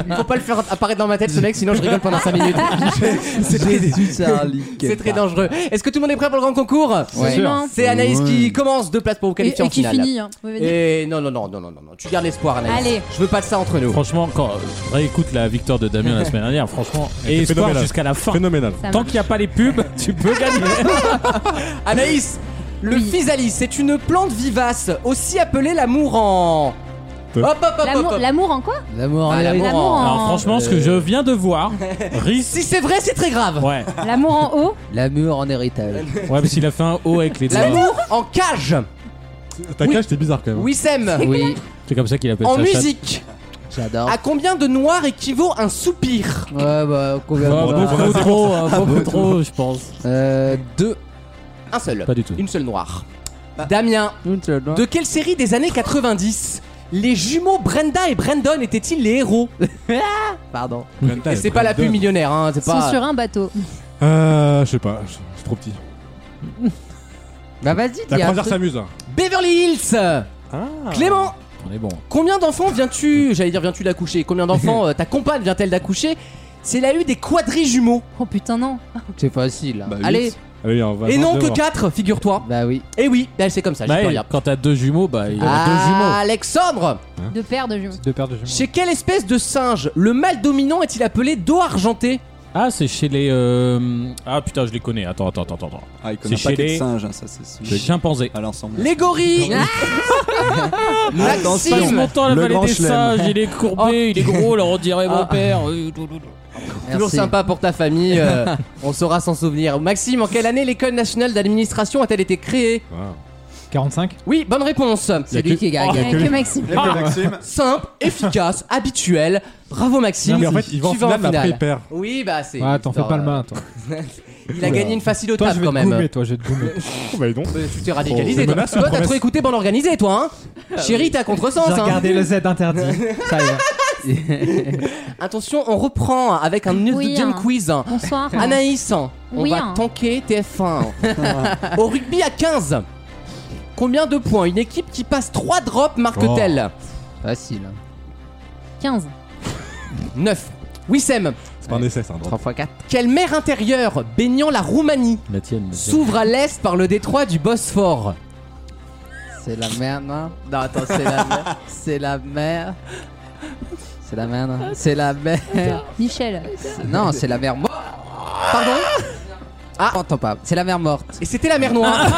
Speaker 2: Il faut pas le faire apparaître dans ma tête, ce mec, sinon je rigole pendant 5 minutes. C'est très- C'est très dangereux. Est-ce que tout le monde est prêt pour le grand concours
Speaker 5: Ouais.
Speaker 4: Absolument.
Speaker 2: C'est Anaïs qui commence deux places pour vous
Speaker 4: Et,
Speaker 2: qualifier
Speaker 4: et
Speaker 2: en
Speaker 4: qui
Speaker 2: finale.
Speaker 4: finit. hein, vous pouvez dire.
Speaker 2: Et non, non, non, non, non, non, non, tu gardes l'espoir, Anaïs.
Speaker 4: Allez.
Speaker 2: Je veux pas de ça entre nous.
Speaker 3: Franchement, quand je réécoute la victoire de Damien la semaine dernière, franchement, et espoir
Speaker 9: phénoménal.
Speaker 3: jusqu'à la fin.
Speaker 9: Phénoménal.
Speaker 4: Ça
Speaker 3: Tant
Speaker 4: marche.
Speaker 3: qu'il n'y a pas les pubs, tu peux gagner.
Speaker 2: Anaïs, le
Speaker 4: Oui.
Speaker 2: physalis, c'est une plante vivace, aussi appelée l'amour en. Hop, hop, hop, hop,
Speaker 4: L'amour-
Speaker 2: hop.
Speaker 4: L'amour en quoi
Speaker 5: L'amour en
Speaker 2: Ah,
Speaker 5: l'air.
Speaker 2: l'amour
Speaker 4: L'amour
Speaker 2: en-
Speaker 3: Alors
Speaker 4: en...
Speaker 3: franchement, ce que je viens de voir,
Speaker 2: Si
Speaker 3: risque.
Speaker 2: c'est vrai, c'est très grave.
Speaker 3: Ouais,
Speaker 4: L'amour en haut
Speaker 5: L'amour en héritage.
Speaker 3: ouais, parce qu'il a fait un haut avec les doigts.
Speaker 2: L'amour en cage.
Speaker 9: Ta
Speaker 2: Oui.
Speaker 9: cage, t'es bizarre quand même.
Speaker 2: Wissem,
Speaker 5: Oui,
Speaker 3: C'est comme ça qu'il appelle
Speaker 2: en
Speaker 3: sa chatte. Ah.
Speaker 2: musique,
Speaker 5: j'adore.
Speaker 2: à combien de noirs équivaut un soupir
Speaker 5: Ouais, bah, combien
Speaker 3: Oh,
Speaker 5: de
Speaker 3: beaucoup trop, hein, beaucoup trop, je pense.
Speaker 5: Euh, deux.
Speaker 2: Un seul.
Speaker 3: Pas du tout. Bah.
Speaker 2: Une seule noire. Damien,
Speaker 5: Une seule, non
Speaker 2: de quelle série des années 90 les jumeaux Brenda et Brandon étaient-ils les héros
Speaker 5: Pardon.
Speaker 3: Bah,
Speaker 2: Et c'est pas la pub millionnaire, hein, c'est
Speaker 4: Ils sont
Speaker 2: pas.
Speaker 4: sur un bateau.
Speaker 9: Euh, je sais pas, je je suis trop petit.
Speaker 5: Bah, vas-y,
Speaker 9: La
Speaker 5: dis un
Speaker 9: croisière
Speaker 5: truc.
Speaker 9: s'amuse. hein.
Speaker 2: Beverly Hills
Speaker 3: Ah.
Speaker 2: Clément
Speaker 3: On est bon.
Speaker 2: Combien d'enfants viens-tu, j'allais dire viens-tu d'accoucher Combien d'enfants euh, ta compagne vient-elle d'accoucher S'il a eu des quadrijumeaux
Speaker 4: Oh putain, non.
Speaker 5: C'est facile. hein.
Speaker 6: Bah,
Speaker 2: Allez,
Speaker 6: huit.
Speaker 9: Allez, on va
Speaker 2: et non
Speaker 9: on va
Speaker 2: que
Speaker 9: voir.
Speaker 2: 4, figure-toi.
Speaker 5: Bah oui.
Speaker 2: Et oui, elle, c'est comme ça, j'y
Speaker 3: hein. Bah,
Speaker 2: peux
Speaker 3: et
Speaker 2: rien.
Speaker 3: quand t'as deux jumeaux, bah il y
Speaker 2: Ah.
Speaker 3: a deux jumeaux.
Speaker 2: Alexandre
Speaker 4: Deux paires de jumeaux.
Speaker 7: Deux paires de jumeaux.
Speaker 2: Chez quelle espèce de singe le mâle dominant est-il appelé dos argenté
Speaker 3: Ah, c'est chez les. euh, Ah putain, je les connais. Attends, attends, attends, attends.
Speaker 6: Ah, il
Speaker 3: C'est
Speaker 6: connaît
Speaker 3: chez
Speaker 6: pas que
Speaker 3: les-
Speaker 6: de singes, hein, ça c'est sûr.
Speaker 3: Chimpanzé.
Speaker 6: À l'ensemble.
Speaker 2: Les gorilles
Speaker 3: Passe
Speaker 2: Maxime
Speaker 3: mon temps à la
Speaker 6: Le
Speaker 3: vallée
Speaker 6: grand
Speaker 3: des
Speaker 6: chelem.
Speaker 3: singes, il est courbé, il est gros, alors on dirait mon
Speaker 2: Ah.
Speaker 3: père.
Speaker 2: Toujours
Speaker 5: euh, Merci.
Speaker 2: sympa pour ta famille, euh, on saura s'en souvenir. Maxime, en quelle année l'école nationale d'administration a-t-elle été créée
Speaker 7: 45
Speaker 2: Oui, bonne réponse
Speaker 5: C'est lui qui est
Speaker 3: Oh.
Speaker 4: Il y a
Speaker 5: gagne.
Speaker 4: que Maxime.
Speaker 2: Simple, efficace, habituel. Bravo Maxime.
Speaker 9: Non, mais en fait, il va en
Speaker 2: Tu vas
Speaker 9: finale, mais après il perd.
Speaker 2: Oui, bah c'est.
Speaker 7: Ouais, Ah, t'en fais
Speaker 2: Victor,
Speaker 7: pas le
Speaker 2: euh,
Speaker 7: malin, toi.
Speaker 2: Il a gagné une facile au
Speaker 7: Toi, je
Speaker 2: table
Speaker 7: vais
Speaker 2: Ah, quand
Speaker 7: te goumer,
Speaker 2: même.
Speaker 7: toi, je vais te goumer.
Speaker 9: Oh, bah, dis donc.
Speaker 2: Tu t'es radicalisé.
Speaker 9: Oh,
Speaker 2: Toi,
Speaker 9: menace,
Speaker 2: Toi, t'as
Speaker 9: promesse.
Speaker 2: trop écouté bande organisée, toi.
Speaker 7: Ah
Speaker 2: Hein Chérie, t'as contresens.
Speaker 7: J'ai
Speaker 2: Hein
Speaker 7: regardé le Z interdit. Ça y est.
Speaker 2: Attention, on reprend avec un News
Speaker 4: Oui,
Speaker 2: de Jam
Speaker 4: hein.
Speaker 2: quiz.
Speaker 4: Bonsoir.
Speaker 2: Anaïs, on
Speaker 4: Oui,
Speaker 2: va
Speaker 4: hein.
Speaker 2: tanker TF1. Au rugby à 15, combien de points une équipe qui passe 3 drops marque-t-elle
Speaker 7: Oh.
Speaker 5: Facile.
Speaker 4: 15.
Speaker 2: 9. Wissem,
Speaker 9: C'est pas un essai, c'est un drame.
Speaker 5: 3 x 4.
Speaker 2: quelle mer intérieure baignant la Roumanie
Speaker 3: La tienne.
Speaker 2: s'ouvre à l'est par le détroit du Bosphore
Speaker 5: C'est la merde, non Non, attends, c'est la merde. C'est la merde. C'est la merde. C'est la merde.
Speaker 4: Michel.
Speaker 5: Non, c'est la mère morte. Pardon Ah, entends pas. C'est la mère morte.
Speaker 2: Et c'était la mer Noire.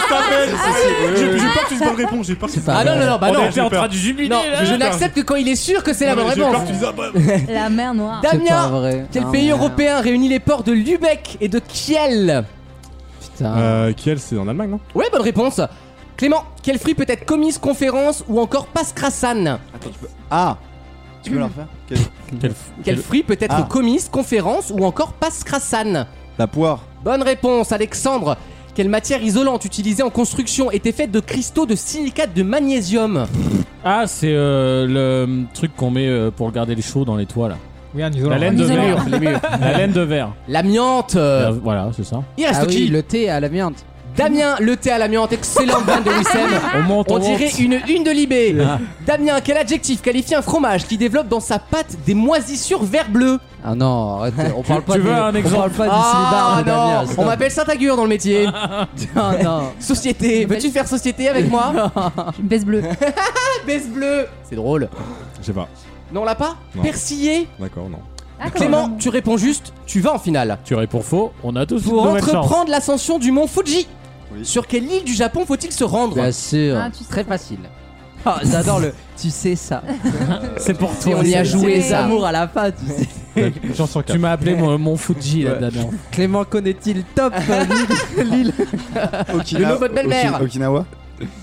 Speaker 9: J'ai j'ai peur que tu dises bonne réponse, j'ai peur que tu dises
Speaker 5: pas
Speaker 2: ah non, non, non, bah
Speaker 9: On
Speaker 2: non.
Speaker 9: a été en train
Speaker 3: de jubiler
Speaker 2: Non, je n'accepte que quand il est sûr que c'est la bonne
Speaker 9: J'ai peur que
Speaker 2: réponse.
Speaker 9: tu dises ah, bah,
Speaker 4: La mer noire.
Speaker 5: C'est pas
Speaker 2: Damien,
Speaker 5: vrai.
Speaker 2: quel
Speaker 5: Ah,
Speaker 2: pays
Speaker 5: merde.
Speaker 2: européen réunit les ports de Lübeck et de Kiel
Speaker 5: Putain.
Speaker 2: Ah.
Speaker 9: Euh, Kiel, c'est en Allemagne, non
Speaker 2: Ouais, bonne réponse. Clément, quel fruit peut être commise, conférence ou encore passe crassane
Speaker 6: Ah Tu veux la refaire Quel-
Speaker 2: Quel fruit peut être
Speaker 6: Ah.
Speaker 2: commise, conférence ou encore passe crassane
Speaker 6: La poire.
Speaker 2: Bonne réponse, Alexandre. Quelle matière isolante utilisée en construction était faite de cristaux de silicate de magnésium
Speaker 3: Ah, c'est euh, le euh, truc qu'on met euh, pour garder les chaud dans les toits là.
Speaker 7: Oui, un
Speaker 3: La
Speaker 7: isolant.
Speaker 3: laine de
Speaker 4: isolant.
Speaker 3: verre. La laine de verre.
Speaker 2: L'amiante.
Speaker 3: Euh,
Speaker 2: euh,
Speaker 3: Voilà, c'est ça.
Speaker 2: Il reste
Speaker 5: Ah oui,
Speaker 2: qui
Speaker 5: le thé à l'amiante.
Speaker 2: Damien, le thé à l'amiante, excellent bain de Wissem.
Speaker 3: On monte,
Speaker 2: On
Speaker 3: on monte.
Speaker 2: dirait une une de Libé. Damien, quel adjectif qualifie un fromage qui développe dans sa pâte des moisissures vert-bleu
Speaker 5: Ah non, arrête, on parle pas
Speaker 3: tu
Speaker 5: de-
Speaker 3: veux un
Speaker 5: On
Speaker 3: exemple
Speaker 5: parle pas du
Speaker 2: Ah
Speaker 5: célibat de Damien,
Speaker 2: non On
Speaker 5: stop.
Speaker 2: m'appelle Saint-Agur dans le métier.
Speaker 5: Ah non.
Speaker 2: Société, veux-tu faire société avec moi
Speaker 4: Une baisse bleue.
Speaker 2: Baisse bleue C'est drôle.
Speaker 9: Je sais pas.
Speaker 2: Non, on l'a pas
Speaker 9: Non.
Speaker 2: Persillé
Speaker 9: D'accord, non.
Speaker 4: Ah, quand
Speaker 2: Clément,
Speaker 4: même.
Speaker 2: tu réponds juste, tu vas en finale.
Speaker 3: Tu réponds faux, on a tous une
Speaker 2: Pour
Speaker 3: nouvelle chance.
Speaker 2: entreprendre l'ascension du mont Fuji,
Speaker 6: Oui.
Speaker 2: sur quelle île du Japon faut-il se rendre
Speaker 5: Bien sûr.
Speaker 4: Ah, tu sais
Speaker 5: Très
Speaker 4: ça.
Speaker 5: facile. Ah, J'adore le. Tu sais ça.
Speaker 3: C'est pour
Speaker 5: Et
Speaker 3: toi.
Speaker 5: on y a
Speaker 4: c'est-
Speaker 5: joué
Speaker 4: c'est-
Speaker 5: les amours à la fin, tu sais.
Speaker 9: Chanson
Speaker 3: Tu
Speaker 9: 4.
Speaker 3: m'as appelé mon, mon Fuji là, Damien.
Speaker 5: Clément connaît-il top
Speaker 2: Le nom de votre belle-mère.
Speaker 6: Oki- Okinawa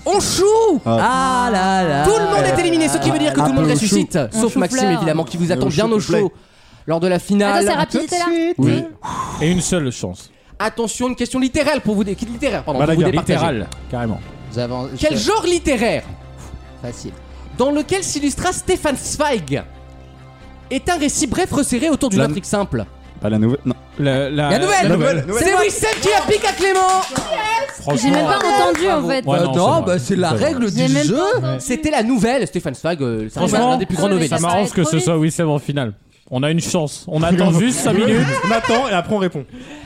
Speaker 2: On choue
Speaker 5: Ah là là
Speaker 2: Tout le monde est éliminé, ce qui veut dire que
Speaker 6: Un
Speaker 2: tout le monde
Speaker 6: peu au
Speaker 2: ressuscite, sauf
Speaker 4: chou-fleur.
Speaker 2: Maxime évidemment qui vous attend
Speaker 6: au
Speaker 2: bien au
Speaker 6: chou-complet.
Speaker 2: chaud lors de la
Speaker 4: Attends,
Speaker 2: finale.
Speaker 4: Ah, c'est rapidité là.
Speaker 5: Oui.
Speaker 3: Et une seule chance.
Speaker 2: Attention, une question littérale pour vous dé- littéraire, pardon, pour vous
Speaker 3: Malaga,
Speaker 2: départager.
Speaker 3: littéral, carrément.
Speaker 5: J'avance.
Speaker 2: Quel
Speaker 5: je-
Speaker 2: genre littéraire
Speaker 5: Facile.
Speaker 2: dans lequel s'illustra Stefan Zweig est un récit bref resserré autour d'une
Speaker 6: La-
Speaker 2: intrigue simple
Speaker 6: Pas la nouvelle. Non.
Speaker 3: La, la-
Speaker 5: La nouvelle,
Speaker 3: la nouvelle.
Speaker 5: C'est Wissem qui applique à Clément
Speaker 3: Franchement,
Speaker 4: J'ai même pas entendu en fait.
Speaker 3: Ouais,
Speaker 5: Bah
Speaker 3: non, c'est
Speaker 5: Non,
Speaker 3: vrai.
Speaker 5: bah c'est la
Speaker 3: C'est vrai.
Speaker 5: règle
Speaker 4: J'ai
Speaker 5: du
Speaker 4: même
Speaker 5: jeu
Speaker 4: pas entendu.
Speaker 2: C'était la nouvelle, Stéphane Zweig, euh, c'est
Speaker 3: Franchement,
Speaker 2: un des plus grands
Speaker 4: ça
Speaker 2: novellistes.
Speaker 3: C'est
Speaker 4: Ça
Speaker 3: marrant
Speaker 4: va être
Speaker 3: que
Speaker 4: trop
Speaker 3: ce
Speaker 4: vite.
Speaker 3: soit Wissem en finale. On a une chance. On attend juste 5 minutes.
Speaker 9: On attend et après on répond.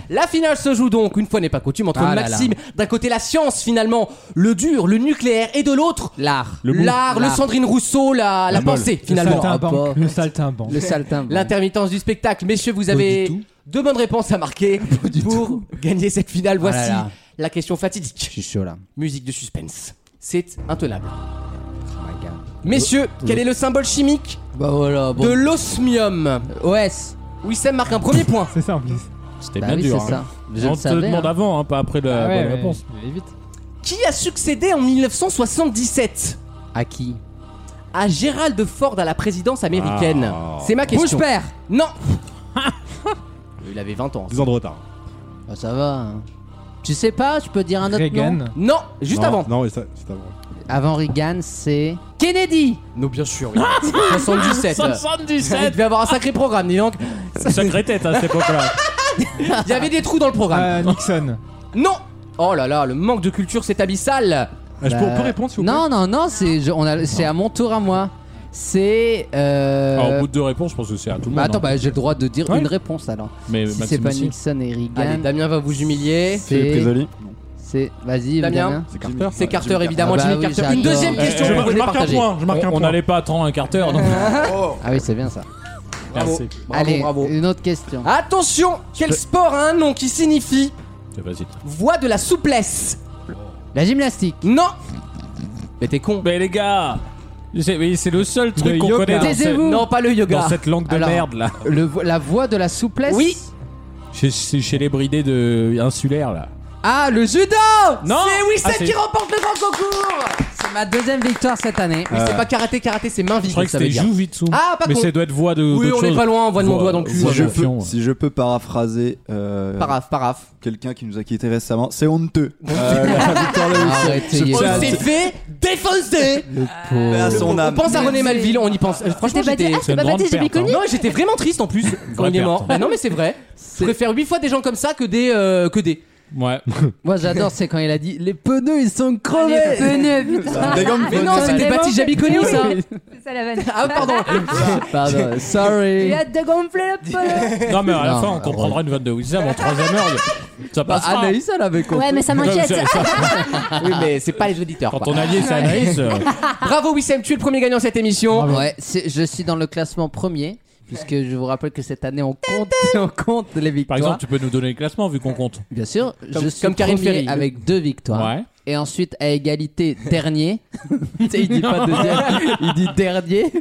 Speaker 2: La finale se joue donc, une fois n'est pas coutume, entre
Speaker 5: Ah là
Speaker 2: Maxime, d'un côté la science finalement, le dur, le nucléaire, et de l'autre,
Speaker 5: L'art.
Speaker 9: Le bon.
Speaker 2: l'art, le
Speaker 5: L'art.
Speaker 2: Sandrine Rousseau, la, la
Speaker 9: molle.
Speaker 2: pensée
Speaker 7: Le
Speaker 2: finalement. Ah bah.
Speaker 7: saltimbanque.
Speaker 5: rapport.
Speaker 7: Le saltimbanque.
Speaker 5: Le saltin.
Speaker 2: L'intermittence du spectacle. Messieurs, vous avez
Speaker 5: du tout.
Speaker 2: deux bonnes réponses à marquer pour gagner cette finale. Voici
Speaker 5: Ah là là.
Speaker 2: la question fatidique.
Speaker 5: Je suis chaud là.
Speaker 2: Musique de suspense. C'est intenable.
Speaker 5: Oh my god.
Speaker 2: Messieurs, quel est le symbole chimique
Speaker 5: Bah voilà,
Speaker 2: de
Speaker 5: bon.
Speaker 2: l'osmium
Speaker 5: OS.
Speaker 2: Wissem marque un premier point.
Speaker 7: C'est ça en plus.
Speaker 3: C'était
Speaker 5: Bah
Speaker 3: bien
Speaker 5: oui,
Speaker 3: dur.
Speaker 5: c'est ça.
Speaker 3: hein.
Speaker 5: Je
Speaker 3: On
Speaker 5: le
Speaker 3: te
Speaker 5: savais,
Speaker 3: demande
Speaker 5: hein.
Speaker 3: avant, hein, pas après la
Speaker 7: Ah ouais,
Speaker 3: bonne
Speaker 7: ouais.
Speaker 3: réponse.
Speaker 7: Allez, vite.
Speaker 2: Qui a succédé en 1977
Speaker 5: À qui
Speaker 2: à Gerald Ford à la présidence américaine
Speaker 9: Ah.
Speaker 2: C'est ma question.
Speaker 5: père
Speaker 2: Non Il avait 20 ans.
Speaker 9: Deux ans de retard.
Speaker 5: Bah ça va. hein. Tu sais pas, tu peux dire un autre nom
Speaker 7: Reagan. Euh,
Speaker 2: Non, juste
Speaker 9: Non,
Speaker 2: avant.
Speaker 9: Non, oui, ça- c'est avant.
Speaker 5: Avant Reagan, c'est Kennedy.
Speaker 2: Non, bien sûr. oui. 77. Il
Speaker 3: 77
Speaker 2: devait avoir un sacré programme, dis donc.
Speaker 3: Sacrée tête hein, à cette époque-là.
Speaker 2: Il y avait des trous dans le programme.
Speaker 7: Euh, Nixon.
Speaker 2: Non Oh là là, le manque de culture, c'est abyssal
Speaker 9: Ah, Je peux
Speaker 5: Bah,
Speaker 9: on peut répondre s'il vous plaît
Speaker 5: Non, non, non, c'est je- on a- c'est à mon tour à moi. C'est. Euh...
Speaker 3: Alors, Ah, au bout de deux réponses, je pense que c'est à tout le monde.
Speaker 5: bah attends,
Speaker 3: hein.
Speaker 5: bah j'ai le droit de dire
Speaker 3: Ouais. Eh ben, bah,
Speaker 5: une réponse alors.
Speaker 3: mais
Speaker 5: si c'est
Speaker 3: Maxime
Speaker 5: pas
Speaker 3: aussi.
Speaker 5: Nixon et Reagan,
Speaker 2: Allez, Damien va vous humilier.
Speaker 6: C'est
Speaker 5: c'est.
Speaker 6: Prisoli.
Speaker 5: C'est. Vas-y,
Speaker 2: Damien.
Speaker 5: Damien.
Speaker 6: C'est Carter.
Speaker 2: C'est Carter, évidemment,
Speaker 5: Ah bah
Speaker 2: Jimmy
Speaker 5: oui,
Speaker 2: Carter.
Speaker 5: j'adore.
Speaker 2: Une deuxième
Speaker 5: Eh,
Speaker 2: question
Speaker 9: Eh,
Speaker 2: que vous
Speaker 9: je, je
Speaker 2: voulez
Speaker 9: marque un
Speaker 2: partager.
Speaker 9: point, je marque un
Speaker 3: On
Speaker 9: point.
Speaker 3: n'allait pas attendre un quart d'heure. donc-
Speaker 5: Ah oui, c'est bien ça.
Speaker 2: Bravo,
Speaker 3: Merci.
Speaker 2: bravo,
Speaker 5: Allez,
Speaker 2: bravo. Ah,
Speaker 5: une autre question.
Speaker 2: Attention, quel sport a un nom qui signifie
Speaker 3: C'est facile.
Speaker 2: voie de la souplesse
Speaker 5: La gymnastique.
Speaker 2: Non Mais t'es con.
Speaker 3: Mais les gars, c'est mais c'est le seul truc
Speaker 7: Le
Speaker 3: qu'on
Speaker 7: yoga.
Speaker 3: connaît dans, cette-
Speaker 5: Taisez-vous.
Speaker 2: Non, pas le
Speaker 3: dans
Speaker 2: yoga.
Speaker 3: cette langue de
Speaker 5: Alors.
Speaker 3: merde là.
Speaker 5: Le, vo- la voix de la souplesse.
Speaker 2: Oui.
Speaker 3: Chez, chez chez les bridés de insulaires là.
Speaker 5: Ah, le judo
Speaker 3: Non
Speaker 2: C'est
Speaker 3: Ah,
Speaker 2: Wissem
Speaker 3: c'est-
Speaker 2: qui remporte le grand concours
Speaker 5: C'est ma deuxième victoire cette année.
Speaker 2: Mais c'est pas karaté, karaté, c'est main
Speaker 3: Je
Speaker 2: vide,
Speaker 3: croyais que
Speaker 2: ça veut
Speaker 3: c'était
Speaker 2: dire.
Speaker 3: Jujitsu.
Speaker 2: Ah, pas
Speaker 3: Mais
Speaker 2: con.
Speaker 3: ça doit être voix de.
Speaker 2: Oui,
Speaker 3: d'autre
Speaker 2: on est
Speaker 3: chose.
Speaker 2: pas loin, on voit de mon
Speaker 3: Voix-
Speaker 2: doigt dans le cul.
Speaker 3: voix
Speaker 6: Si je,
Speaker 3: de
Speaker 6: peux,
Speaker 3: fion, ouais.
Speaker 6: si je peux paraphraser euh,
Speaker 2: Paraf, paraf.
Speaker 6: quelqu'un qui nous a quitté récemment, c'est honteux. Euh, la victoire de
Speaker 2: Ah,
Speaker 6: Wilson.
Speaker 5: Arrêtez.
Speaker 2: On
Speaker 6: Ça,
Speaker 2: s'est
Speaker 6: c'est-
Speaker 2: fait défoncer
Speaker 6: Paix à son
Speaker 2: On
Speaker 6: âme.
Speaker 2: pense à René
Speaker 4: Mais
Speaker 2: Malville, on y pense. Euh, Franchement,
Speaker 4: C'était pas
Speaker 2: j'étais...
Speaker 4: dit, ah,
Speaker 3: c'est une
Speaker 4: c'était pas
Speaker 3: grande
Speaker 4: dit, j'ai
Speaker 3: perte,
Speaker 4: méconnu.
Speaker 2: Non, j'étais vraiment triste en plus quand il est
Speaker 3: perte,
Speaker 2: mort.
Speaker 3: hein.
Speaker 2: Bah non, mais c'est vrai. Je préfère 8 fois des gens comme ça que des. euh, que des.
Speaker 3: hein. Ouais.
Speaker 5: Moi j'adore, c'est quand il a dit les pneus ils sont
Speaker 4: Les
Speaker 5: crevés.
Speaker 4: pneus, putain.
Speaker 6: Des gommes
Speaker 2: Mais non,
Speaker 6: bonnes.
Speaker 2: c'était
Speaker 4: Vraiment
Speaker 2: Baptiste Jabiconi
Speaker 4: Oui.
Speaker 2: ça
Speaker 4: C'est ça la vanne.
Speaker 2: Ah, pardon
Speaker 5: Pardon,
Speaker 4: Il
Speaker 5: sorry.
Speaker 4: a de gonfler le pneu.
Speaker 3: Non, mais à la
Speaker 5: Non,
Speaker 3: fin, on comprendra une vanne de Wissem en troisième heure. il- Ça
Speaker 5: Bah,
Speaker 3: passera.
Speaker 5: Anaïs elle avait compris.
Speaker 4: Ouais, mais ça
Speaker 3: Non, mais
Speaker 4: m'inquiète.
Speaker 3: c'est- ça-
Speaker 2: Oui, mais c'est pas les auditeurs.
Speaker 3: Quand
Speaker 2: quoi.
Speaker 3: on allié, c'est Anaïs. euh,
Speaker 2: Bravo Wissem, tu es le premier gagnant de cette émission.
Speaker 5: Ah Ouais, c'est- je suis dans le classement premier. Puisque je vous rappelle que cette année on compte, on compte les
Speaker 3: Par
Speaker 5: victoires.
Speaker 3: exemple, tu peux nous donner le classement vu qu'on compte.
Speaker 5: Bien sûr,
Speaker 2: Comme-
Speaker 5: je suis
Speaker 2: comme Karine
Speaker 5: premier
Speaker 2: Ferry.
Speaker 5: avec deux victoires.
Speaker 3: Ouais.
Speaker 5: Et ensuite à égalité dernier. Tu sais, il dit pas deuxième, il dit dernier.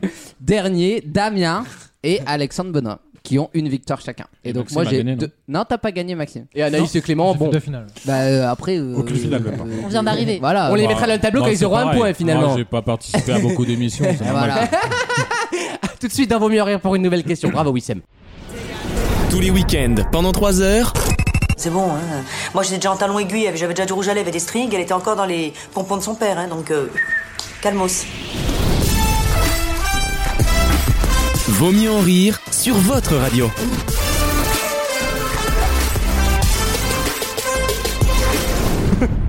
Speaker 5: Dernier, Damien et Alexandre Benoît qui ont une victoire chacun. Et,
Speaker 3: Et
Speaker 5: donc
Speaker 3: Maxime
Speaker 5: moi
Speaker 3: a
Speaker 5: j'ai
Speaker 3: gagné, non
Speaker 5: deux... non t'as pas gagné Maxime.
Speaker 2: Et Anaïs et Clément,
Speaker 7: J'ai fait
Speaker 2: bon.
Speaker 7: Deux finales.
Speaker 5: Bah euh, après. euh,
Speaker 9: Aucune finale, même pas.
Speaker 5: euh,
Speaker 4: On vient d'arriver.
Speaker 5: Voilà.
Speaker 2: On les
Speaker 3: Bah,
Speaker 2: mettra dans le tableau
Speaker 3: non,
Speaker 2: quand ils
Speaker 3: c'est
Speaker 2: auront un
Speaker 3: pareil.
Speaker 2: point finalement.
Speaker 3: Moi, j'ai pas participé à beaucoup d'émissions. c'est
Speaker 5: Et
Speaker 3: normal.
Speaker 5: voilà.
Speaker 2: Tout de suite dans Vaut mieux rire pour une nouvelle question. Bravo Wissem.
Speaker 1: Tous les week-ends, pendant 3 heures,
Speaker 8: C'est bon, hein. Moi, j'étais déjà en talon aiguille, j'avais déjà du rouge à lèvres et des strings, elle était encore dans les pompons de son père, hein, donc euh, calmos.
Speaker 1: Vaut mieux en rire sur votre radio.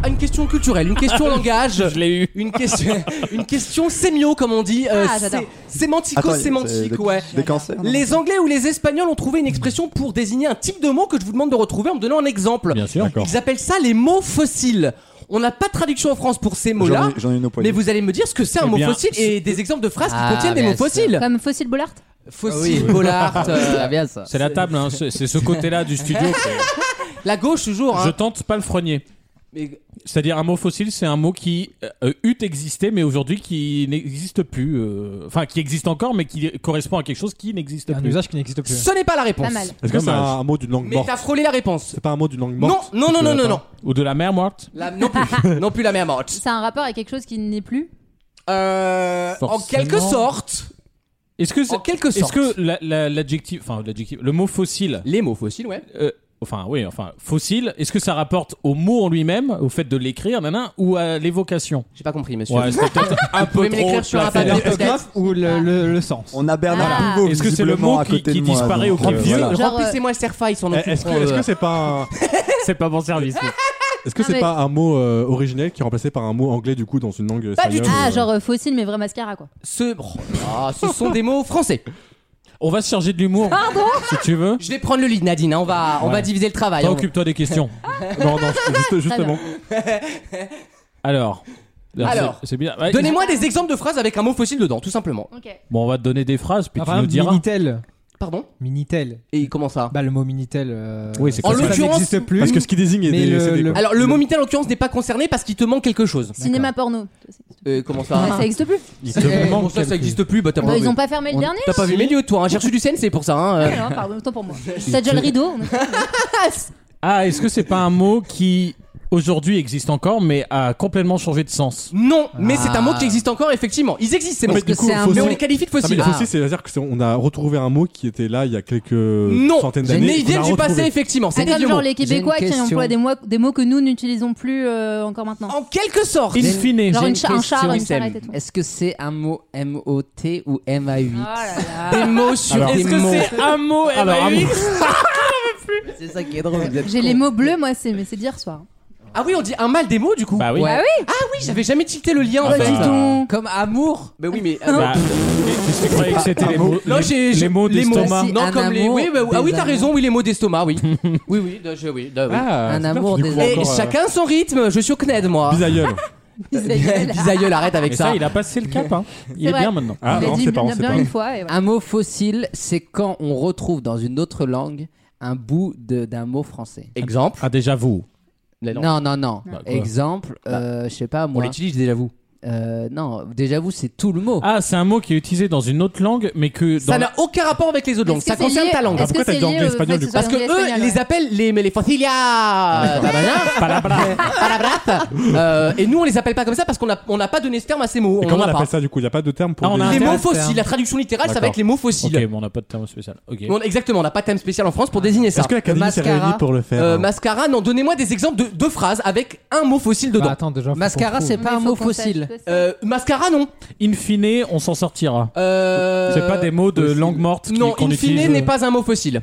Speaker 2: Ah, Une question culturelle, une question langage.
Speaker 3: Je l'ai eu.
Speaker 2: Une question, une question sémio comme on dit, euh,
Speaker 4: Ah, j'adore.
Speaker 2: sé- sémantico-sémantique, ouais.
Speaker 6: Des cancers. non
Speaker 2: Les Anglais ou les Espagnols ont trouvé une expression pour désigner un type de mot que je vous demande de retrouver en me donnant un exemple.
Speaker 3: Bien sûr.
Speaker 2: Ils appellent ça les mots fossiles. On n'a pas de traduction en France pour ces
Speaker 6: J'en
Speaker 2: mots-là,
Speaker 6: ai- j'en ai une au
Speaker 2: mais
Speaker 6: poignet.
Speaker 2: vous allez me dire ce que c'est un
Speaker 3: Eh
Speaker 2: mot
Speaker 3: bien,
Speaker 2: fossile et des exemples de phrases
Speaker 5: Ah,
Speaker 2: qui contiennent des
Speaker 5: mais
Speaker 2: mots
Speaker 5: c'est-
Speaker 2: fossiles.
Speaker 4: Comme Fossile Bollard.
Speaker 2: Fossile, Bollard,
Speaker 5: Ah C'est
Speaker 2: euh,
Speaker 5: bien ça.
Speaker 3: C'est la table, hein, c'est c'est ce côté-là du studio. que-
Speaker 2: la gauche toujours.
Speaker 3: Je
Speaker 2: Hein.
Speaker 3: tente pas le freinier.
Speaker 2: Mais-
Speaker 3: C'est-à-dire un mot fossile, c'est un mot qui euh, eut existé, mais aujourd'hui qui n'existe plus. euh, Enfin, qui existe encore, mais qui correspond à quelque chose qui n'existe
Speaker 7: Un
Speaker 3: plus.
Speaker 7: usage qui n'existe plus.
Speaker 2: Ce n'est pas la réponse.
Speaker 4: Pas mal.
Speaker 9: Est-ce que c'est un,
Speaker 3: Dommage.
Speaker 9: un mot d'une langue
Speaker 2: Mais
Speaker 9: morte
Speaker 2: t'as frôlé la réponse.
Speaker 9: C'est pas un mot d'une langue
Speaker 2: Non,
Speaker 9: morte
Speaker 2: non, non, non, non, non.
Speaker 3: Ou de la mer morte.
Speaker 2: La- non plus, non plus la même morte.
Speaker 4: C'est un rapport avec quelque chose qui n'est plus.
Speaker 2: Euh, en
Speaker 3: Forcément.
Speaker 2: quelque sorte,
Speaker 3: Est-ce que,
Speaker 2: en
Speaker 3: c'est-
Speaker 2: quelque
Speaker 3: est-ce
Speaker 2: sorte.
Speaker 3: que la- la- l'adjectif, enfin l'adjectif, le mot fossile,
Speaker 2: les mots fossiles, ouais.
Speaker 3: euh, enfin oui, enfin fossile, est-ce que ça rapporte au mot en lui-même, au fait de l'écrire, nana, ou à l'évocation
Speaker 2: J'ai pas compris, monsieur.
Speaker 3: Ouais, c'était peut-être un
Speaker 2: pouvez
Speaker 3: peu
Speaker 2: me
Speaker 3: trop
Speaker 2: l'écrire sur un
Speaker 3: placé.
Speaker 2: papier, peut-être
Speaker 7: L'orthographe ou le, le- le sens
Speaker 6: On a Bernard
Speaker 4: Ah.
Speaker 6: Pivot.
Speaker 3: Est-ce que c'est le
Speaker 6: visiblement,
Speaker 3: mot
Speaker 6: à
Speaker 3: qui-
Speaker 6: côté
Speaker 3: qui
Speaker 6: de moi,
Speaker 3: disparaît
Speaker 6: donc,
Speaker 3: au
Speaker 6: euh,
Speaker 3: crépuscule
Speaker 6: voilà.
Speaker 4: Genre,
Speaker 2: Remplissez-moi Serfa, ils sont dans
Speaker 9: Eh, Est-ce que est-ce que c'est pas un
Speaker 3: C'est pas bon service.
Speaker 7: Ah,
Speaker 9: est-ce
Speaker 2: Ah,
Speaker 9: que
Speaker 4: mais-
Speaker 9: c'est pas un mot euh, originel qui est remplacé par un mot anglais du coup dans une langue
Speaker 2: Pas du
Speaker 9: espagnole,
Speaker 4: Ah,
Speaker 9: euh,
Speaker 4: genre euh, fossile, mais vrai mascara, quoi.
Speaker 2: Ce... Oh là là, ce sont des mots français.
Speaker 3: On va se charger de l'humour. Pardon Si tu veux.
Speaker 2: Je vais prendre le lead, Nadine. hein, On va, on
Speaker 3: Ouais.
Speaker 2: va diviser le travail.
Speaker 3: Toi,
Speaker 2: hein.
Speaker 3: occupe-toi des questions.
Speaker 9: Non, non, juste- justement.
Speaker 3: Alors.
Speaker 2: Alors.
Speaker 3: c'est c'est bien. Ouais,
Speaker 2: Donnez-moi des exemples de phrases avec un mot fossile dedans, tout simplement.
Speaker 4: Ok.
Speaker 3: Bon, on va te donner des phrases puis
Speaker 7: Ah,
Speaker 3: tu
Speaker 7: par
Speaker 3: nous
Speaker 7: exemple,
Speaker 3: diras.
Speaker 7: Minitel.
Speaker 2: Pardon
Speaker 7: Minitel.
Speaker 2: Et comment ça
Speaker 7: Bah, le mot Minitel. euh,
Speaker 3: Oui, c'est
Speaker 7: ça,
Speaker 2: En
Speaker 7: ça
Speaker 2: l'occurrence-
Speaker 7: n'existe plus.
Speaker 9: Parce que ce qui désigne est
Speaker 7: Mais
Speaker 9: des,
Speaker 7: le-
Speaker 9: c'est des-
Speaker 7: le-
Speaker 2: Alors, le mot Minitel, en l'occurrence, n'est pas concerné parce qu'il te manque quelque chose.
Speaker 4: Cinéma porno.
Speaker 2: Euh, comment
Speaker 4: Ouais,
Speaker 2: ça
Speaker 4: ça existe plus.
Speaker 3: Il
Speaker 2: Eh,
Speaker 3: te
Speaker 2: bon,
Speaker 3: manque
Speaker 2: ça, ça
Speaker 3: quelque-
Speaker 2: existe plus. Bah, t'as
Speaker 4: Bah,
Speaker 2: pas,
Speaker 4: ils ont pas fermé
Speaker 5: On-
Speaker 4: le dernier
Speaker 2: t'as pas vu mes lieux, toi. Hein. J'ai reçu du CNC pour ça. Hein. euh.
Speaker 4: Alors, pardon, autant pour moi. T'as déjà le rideau. on est-
Speaker 3: Ah, est-ce que c'est pas un mot qui aujourd'hui existe encore mais a complètement changé de sens
Speaker 2: Non, mais c'est un mot
Speaker 5: Ah.
Speaker 2: qui existe encore, effectivement. Ils existent, ces
Speaker 9: Non,
Speaker 2: mots.
Speaker 9: mais du coup, faut-
Speaker 2: Mais on
Speaker 9: faut-
Speaker 2: les qualifie de
Speaker 3: Ah,
Speaker 9: Non, mais
Speaker 2: fossiles.
Speaker 9: le fossile, c'est-à-dire qu'on a retrouvé un mot qui était là il y a quelques
Speaker 2: Non,
Speaker 9: centaines d'années.
Speaker 2: mais
Speaker 9: et
Speaker 2: ils
Speaker 9: qu'on
Speaker 2: viennent
Speaker 9: a
Speaker 2: du passé,
Speaker 9: retrouvé.
Speaker 2: effectivement. C'est
Speaker 4: C'est
Speaker 2: des
Speaker 4: comme
Speaker 2: vieux
Speaker 4: genre
Speaker 2: mots.
Speaker 4: les Québécois
Speaker 5: J'ai
Speaker 4: qui
Speaker 5: une
Speaker 4: emploient
Speaker 5: question.
Speaker 4: des mots, des mots que nous n'utilisons plus euh, encore maintenant.
Speaker 2: En quelque sorte.
Speaker 3: In
Speaker 5: J'ai-
Speaker 3: fine.
Speaker 4: Genre une
Speaker 5: j'ai une
Speaker 4: cha- un char,
Speaker 5: question,
Speaker 4: une
Speaker 5: Wissem.
Speaker 4: charrette et tout.
Speaker 5: Est-ce que c'est un mot M-O-T ou
Speaker 4: Oh
Speaker 5: M-A-8
Speaker 4: là là.
Speaker 2: Des mots sur
Speaker 5: Alors,
Speaker 2: des
Speaker 5: est-ce que
Speaker 2: mots.
Speaker 5: c'est
Speaker 2: un mot
Speaker 3: Alors, un mot.
Speaker 5: C'est ça qui est drôle. vous êtes
Speaker 4: J'ai
Speaker 5: cons.
Speaker 4: les mots bleus, moi, c'est mais c'est dire soir.
Speaker 2: Ah oui, on dit un mal des mots, du coup.
Speaker 3: Bah oui.
Speaker 5: Ouais.
Speaker 2: oui, j'avais jamais tilté le lien, en
Speaker 3: Ah
Speaker 2: fait.
Speaker 3: bah.
Speaker 5: Comme amour.
Speaker 2: Bah oui, mais.
Speaker 3: Bah, je croyais que c'était les mots.
Speaker 2: Non, j'ai-
Speaker 3: les
Speaker 2: j'ai-
Speaker 3: mots d'estomac.
Speaker 5: Si,
Speaker 2: Non,
Speaker 5: un
Speaker 2: comme les.
Speaker 5: amour,
Speaker 2: Oui, bah, ah oui,
Speaker 5: des
Speaker 2: t'as
Speaker 5: amours.
Speaker 2: raison, oui, les mots d'estomac, oui. oui, oui, de- je- oui, de- oui.
Speaker 3: Ah,
Speaker 5: un amour
Speaker 9: du coup,
Speaker 5: des
Speaker 9: encore,
Speaker 2: Et
Speaker 9: euh,
Speaker 2: chacun son rythme, je suis au CNED, moi.
Speaker 9: Bisaïeul.
Speaker 2: Bisaïeul, arrête avec
Speaker 3: mais ça,
Speaker 2: ça.
Speaker 3: il a passé le cap. Hein. Il
Speaker 4: C'est
Speaker 3: est,
Speaker 4: vrai.
Speaker 3: bien maintenant.
Speaker 9: Ah,
Speaker 4: Il a
Speaker 9: non,
Speaker 4: dit
Speaker 9: c'est pas, on
Speaker 4: bien
Speaker 9: sait
Speaker 4: bien
Speaker 9: pas.
Speaker 4: une fois. et voilà.
Speaker 5: Un mot fossile, c'est quand on retrouve dans une autre langue un bout de- d'un mot français.
Speaker 2: Exemple.
Speaker 3: Ah, déjà vous.
Speaker 2: Mais non.
Speaker 5: Non, non, non.
Speaker 4: Bah,
Speaker 3: quoi.
Speaker 5: Exemple, euh, je sais pas
Speaker 2: On
Speaker 5: moi.
Speaker 2: l'utilise déjà, vous.
Speaker 5: Euh, non, déjà vous, c'est tout le mot.
Speaker 3: Ah, c'est un mot qui est utilisé dans une autre langue, mais que dans
Speaker 2: Ça n'a aucun rapport avec les autres langues,
Speaker 4: Est-ce que
Speaker 2: Ah, ça
Speaker 4: c'est
Speaker 2: concerne
Speaker 4: lié-
Speaker 2: ta langue.
Speaker 4: est-ce que
Speaker 9: Pourquoi t'as
Speaker 4: c'est
Speaker 9: dit anglais,
Speaker 4: lié au
Speaker 9: espagnol,
Speaker 4: fait
Speaker 9: du
Speaker 4: ce
Speaker 9: coup
Speaker 4: soit
Speaker 2: Parce que
Speaker 4: anglais,
Speaker 2: eux,
Speaker 4: espagnol,
Speaker 2: les
Speaker 4: ouais.
Speaker 2: appellent les, Bah, mais les fossilia Palabra. Palabra. Euh, Et nous, on les appelle pas comme ça parce qu'on n'a on n'a pas donné ce terme à ces mots.
Speaker 9: Et
Speaker 2: On
Speaker 9: comment
Speaker 2: en
Speaker 9: on
Speaker 2: a
Speaker 9: appelle
Speaker 2: pas.
Speaker 9: ça du coup Il n'y a pas de terme pour.
Speaker 3: Ah, on a
Speaker 9: des-
Speaker 3: un
Speaker 2: Les
Speaker 3: terme.
Speaker 2: mots fossiles, la traduction littérale, ça va être
Speaker 3: D'accord.
Speaker 2: les mots fossiles.
Speaker 3: Ok, bon, on n'a pas de terme spécial. Ok.
Speaker 2: On a exactement, on n'a pas de thème spécial en France pour désigner ça.
Speaker 9: Est-ce que l'Académie s'est
Speaker 5: mascara.
Speaker 9: réunie pour le faire
Speaker 2: Euh,
Speaker 9: hein
Speaker 2: mascara, non, donnez-moi des exemples de deux phrases avec un mot fossile
Speaker 7: Bah,
Speaker 2: dedans.
Speaker 7: attends, déjà, faut qu'on
Speaker 5: Mascara,
Speaker 7: trouve.
Speaker 5: c'est pas un
Speaker 4: Mais faut
Speaker 5: mot
Speaker 4: qu'on sache
Speaker 5: fossile.
Speaker 4: que c'est-
Speaker 2: Euh, mascara, non.
Speaker 3: In fine, on s'en sortira.
Speaker 2: Euh,
Speaker 3: C'est pas des mots de langue morte qui-
Speaker 2: Non,
Speaker 3: qu'on
Speaker 2: in
Speaker 3: utilise. euh,
Speaker 2: fine n'est pas un mot fossile.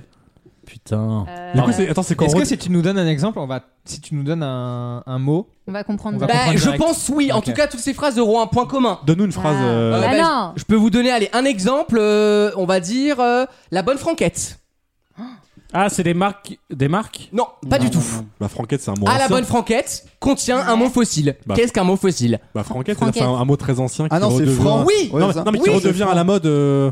Speaker 3: Putain.
Speaker 4: Euh,
Speaker 9: Du coup, c'est- attends, c'est quand
Speaker 7: Est-ce
Speaker 9: on-
Speaker 7: que si tu nous donnes un exemple, on va, si tu nous donnes un, un mot,
Speaker 4: On va comprendre.
Speaker 7: On va
Speaker 4: direct.
Speaker 2: Bah,
Speaker 7: comprendre
Speaker 2: je
Speaker 7: direct.
Speaker 2: pense oui. En
Speaker 7: Ok.
Speaker 2: tout cas, toutes ces phrases auront un point commun.
Speaker 9: Donne-nous une phrase.
Speaker 4: Ah.
Speaker 9: euh,
Speaker 4: Bah
Speaker 2: bah, je-
Speaker 4: non.
Speaker 2: Je peux vous donner, allez, un exemple. euh, on va dire euh, la bonne franquette.
Speaker 3: Ah, c'est des marques. Des marques
Speaker 2: Non, pas du tout.
Speaker 9: Bah, Franquette, c'est un mot.
Speaker 2: À Ah, la
Speaker 9: ancien.
Speaker 2: bonne franquette contient un mot fossile.
Speaker 9: Bah.
Speaker 2: Qu'est-ce qu'un mot fossile
Speaker 9: Bah, Franquette, c'est-
Speaker 4: Franquette.
Speaker 9: c'est un, un mot très ancien.
Speaker 6: Ah
Speaker 9: qui
Speaker 6: non, c'est
Speaker 9: redevient-
Speaker 6: franc.
Speaker 2: Oui.
Speaker 9: Non, mais,
Speaker 6: ça.
Speaker 9: non, mais
Speaker 2: Oui.
Speaker 9: qui redevient à la mode. euh,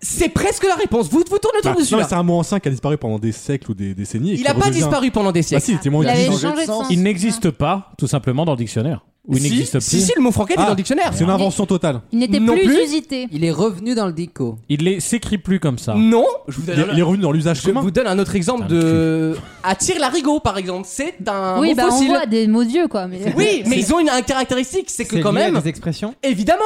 Speaker 2: C'est presque la réponse. Vous vous tournez autour
Speaker 9: bah,
Speaker 2: de
Speaker 9: non, mais
Speaker 2: celui-là.
Speaker 9: c'est un mot ancien qui a disparu pendant des siècles ou des décennies. et
Speaker 2: Il
Speaker 9: qui
Speaker 2: a pas
Speaker 9: redevient-
Speaker 2: disparu pendant des
Speaker 9: Bah,
Speaker 2: siècles.
Speaker 9: si, c'était mon
Speaker 4: Il avait
Speaker 9: utilisé.
Speaker 4: changé de sens.
Speaker 3: Il n'existe pas, tout simplement, dans le dictionnaire. Ou il
Speaker 2: Ah, si,
Speaker 3: n'existe
Speaker 2: si,
Speaker 3: plus.
Speaker 2: si, le mot franquette est
Speaker 9: Ah.
Speaker 2: dans le dictionnaire.
Speaker 9: C'est une invention totale.
Speaker 4: Il n'était
Speaker 2: Non
Speaker 4: plus,
Speaker 2: plus.
Speaker 4: usité.
Speaker 5: Il est revenu dans le dico.
Speaker 3: Il ne s'écrit plus comme ça.
Speaker 2: Non, je vous
Speaker 9: Il est-
Speaker 2: donne,
Speaker 9: il est revenu dans l'usage
Speaker 2: je
Speaker 9: commun.
Speaker 2: vous donne un autre exemple
Speaker 3: Putain, le
Speaker 2: de. Attire larigot, par exemple. C'est un
Speaker 4: oui,
Speaker 2: mot
Speaker 4: bah on
Speaker 2: fossile.
Speaker 4: voit des mots dieux quoi. Mais...
Speaker 2: Oui, mais ils ont une, un caractéristique, c'est que
Speaker 7: c'est
Speaker 2: quand
Speaker 7: lié à
Speaker 2: même,
Speaker 7: des expressions.
Speaker 2: évidemment.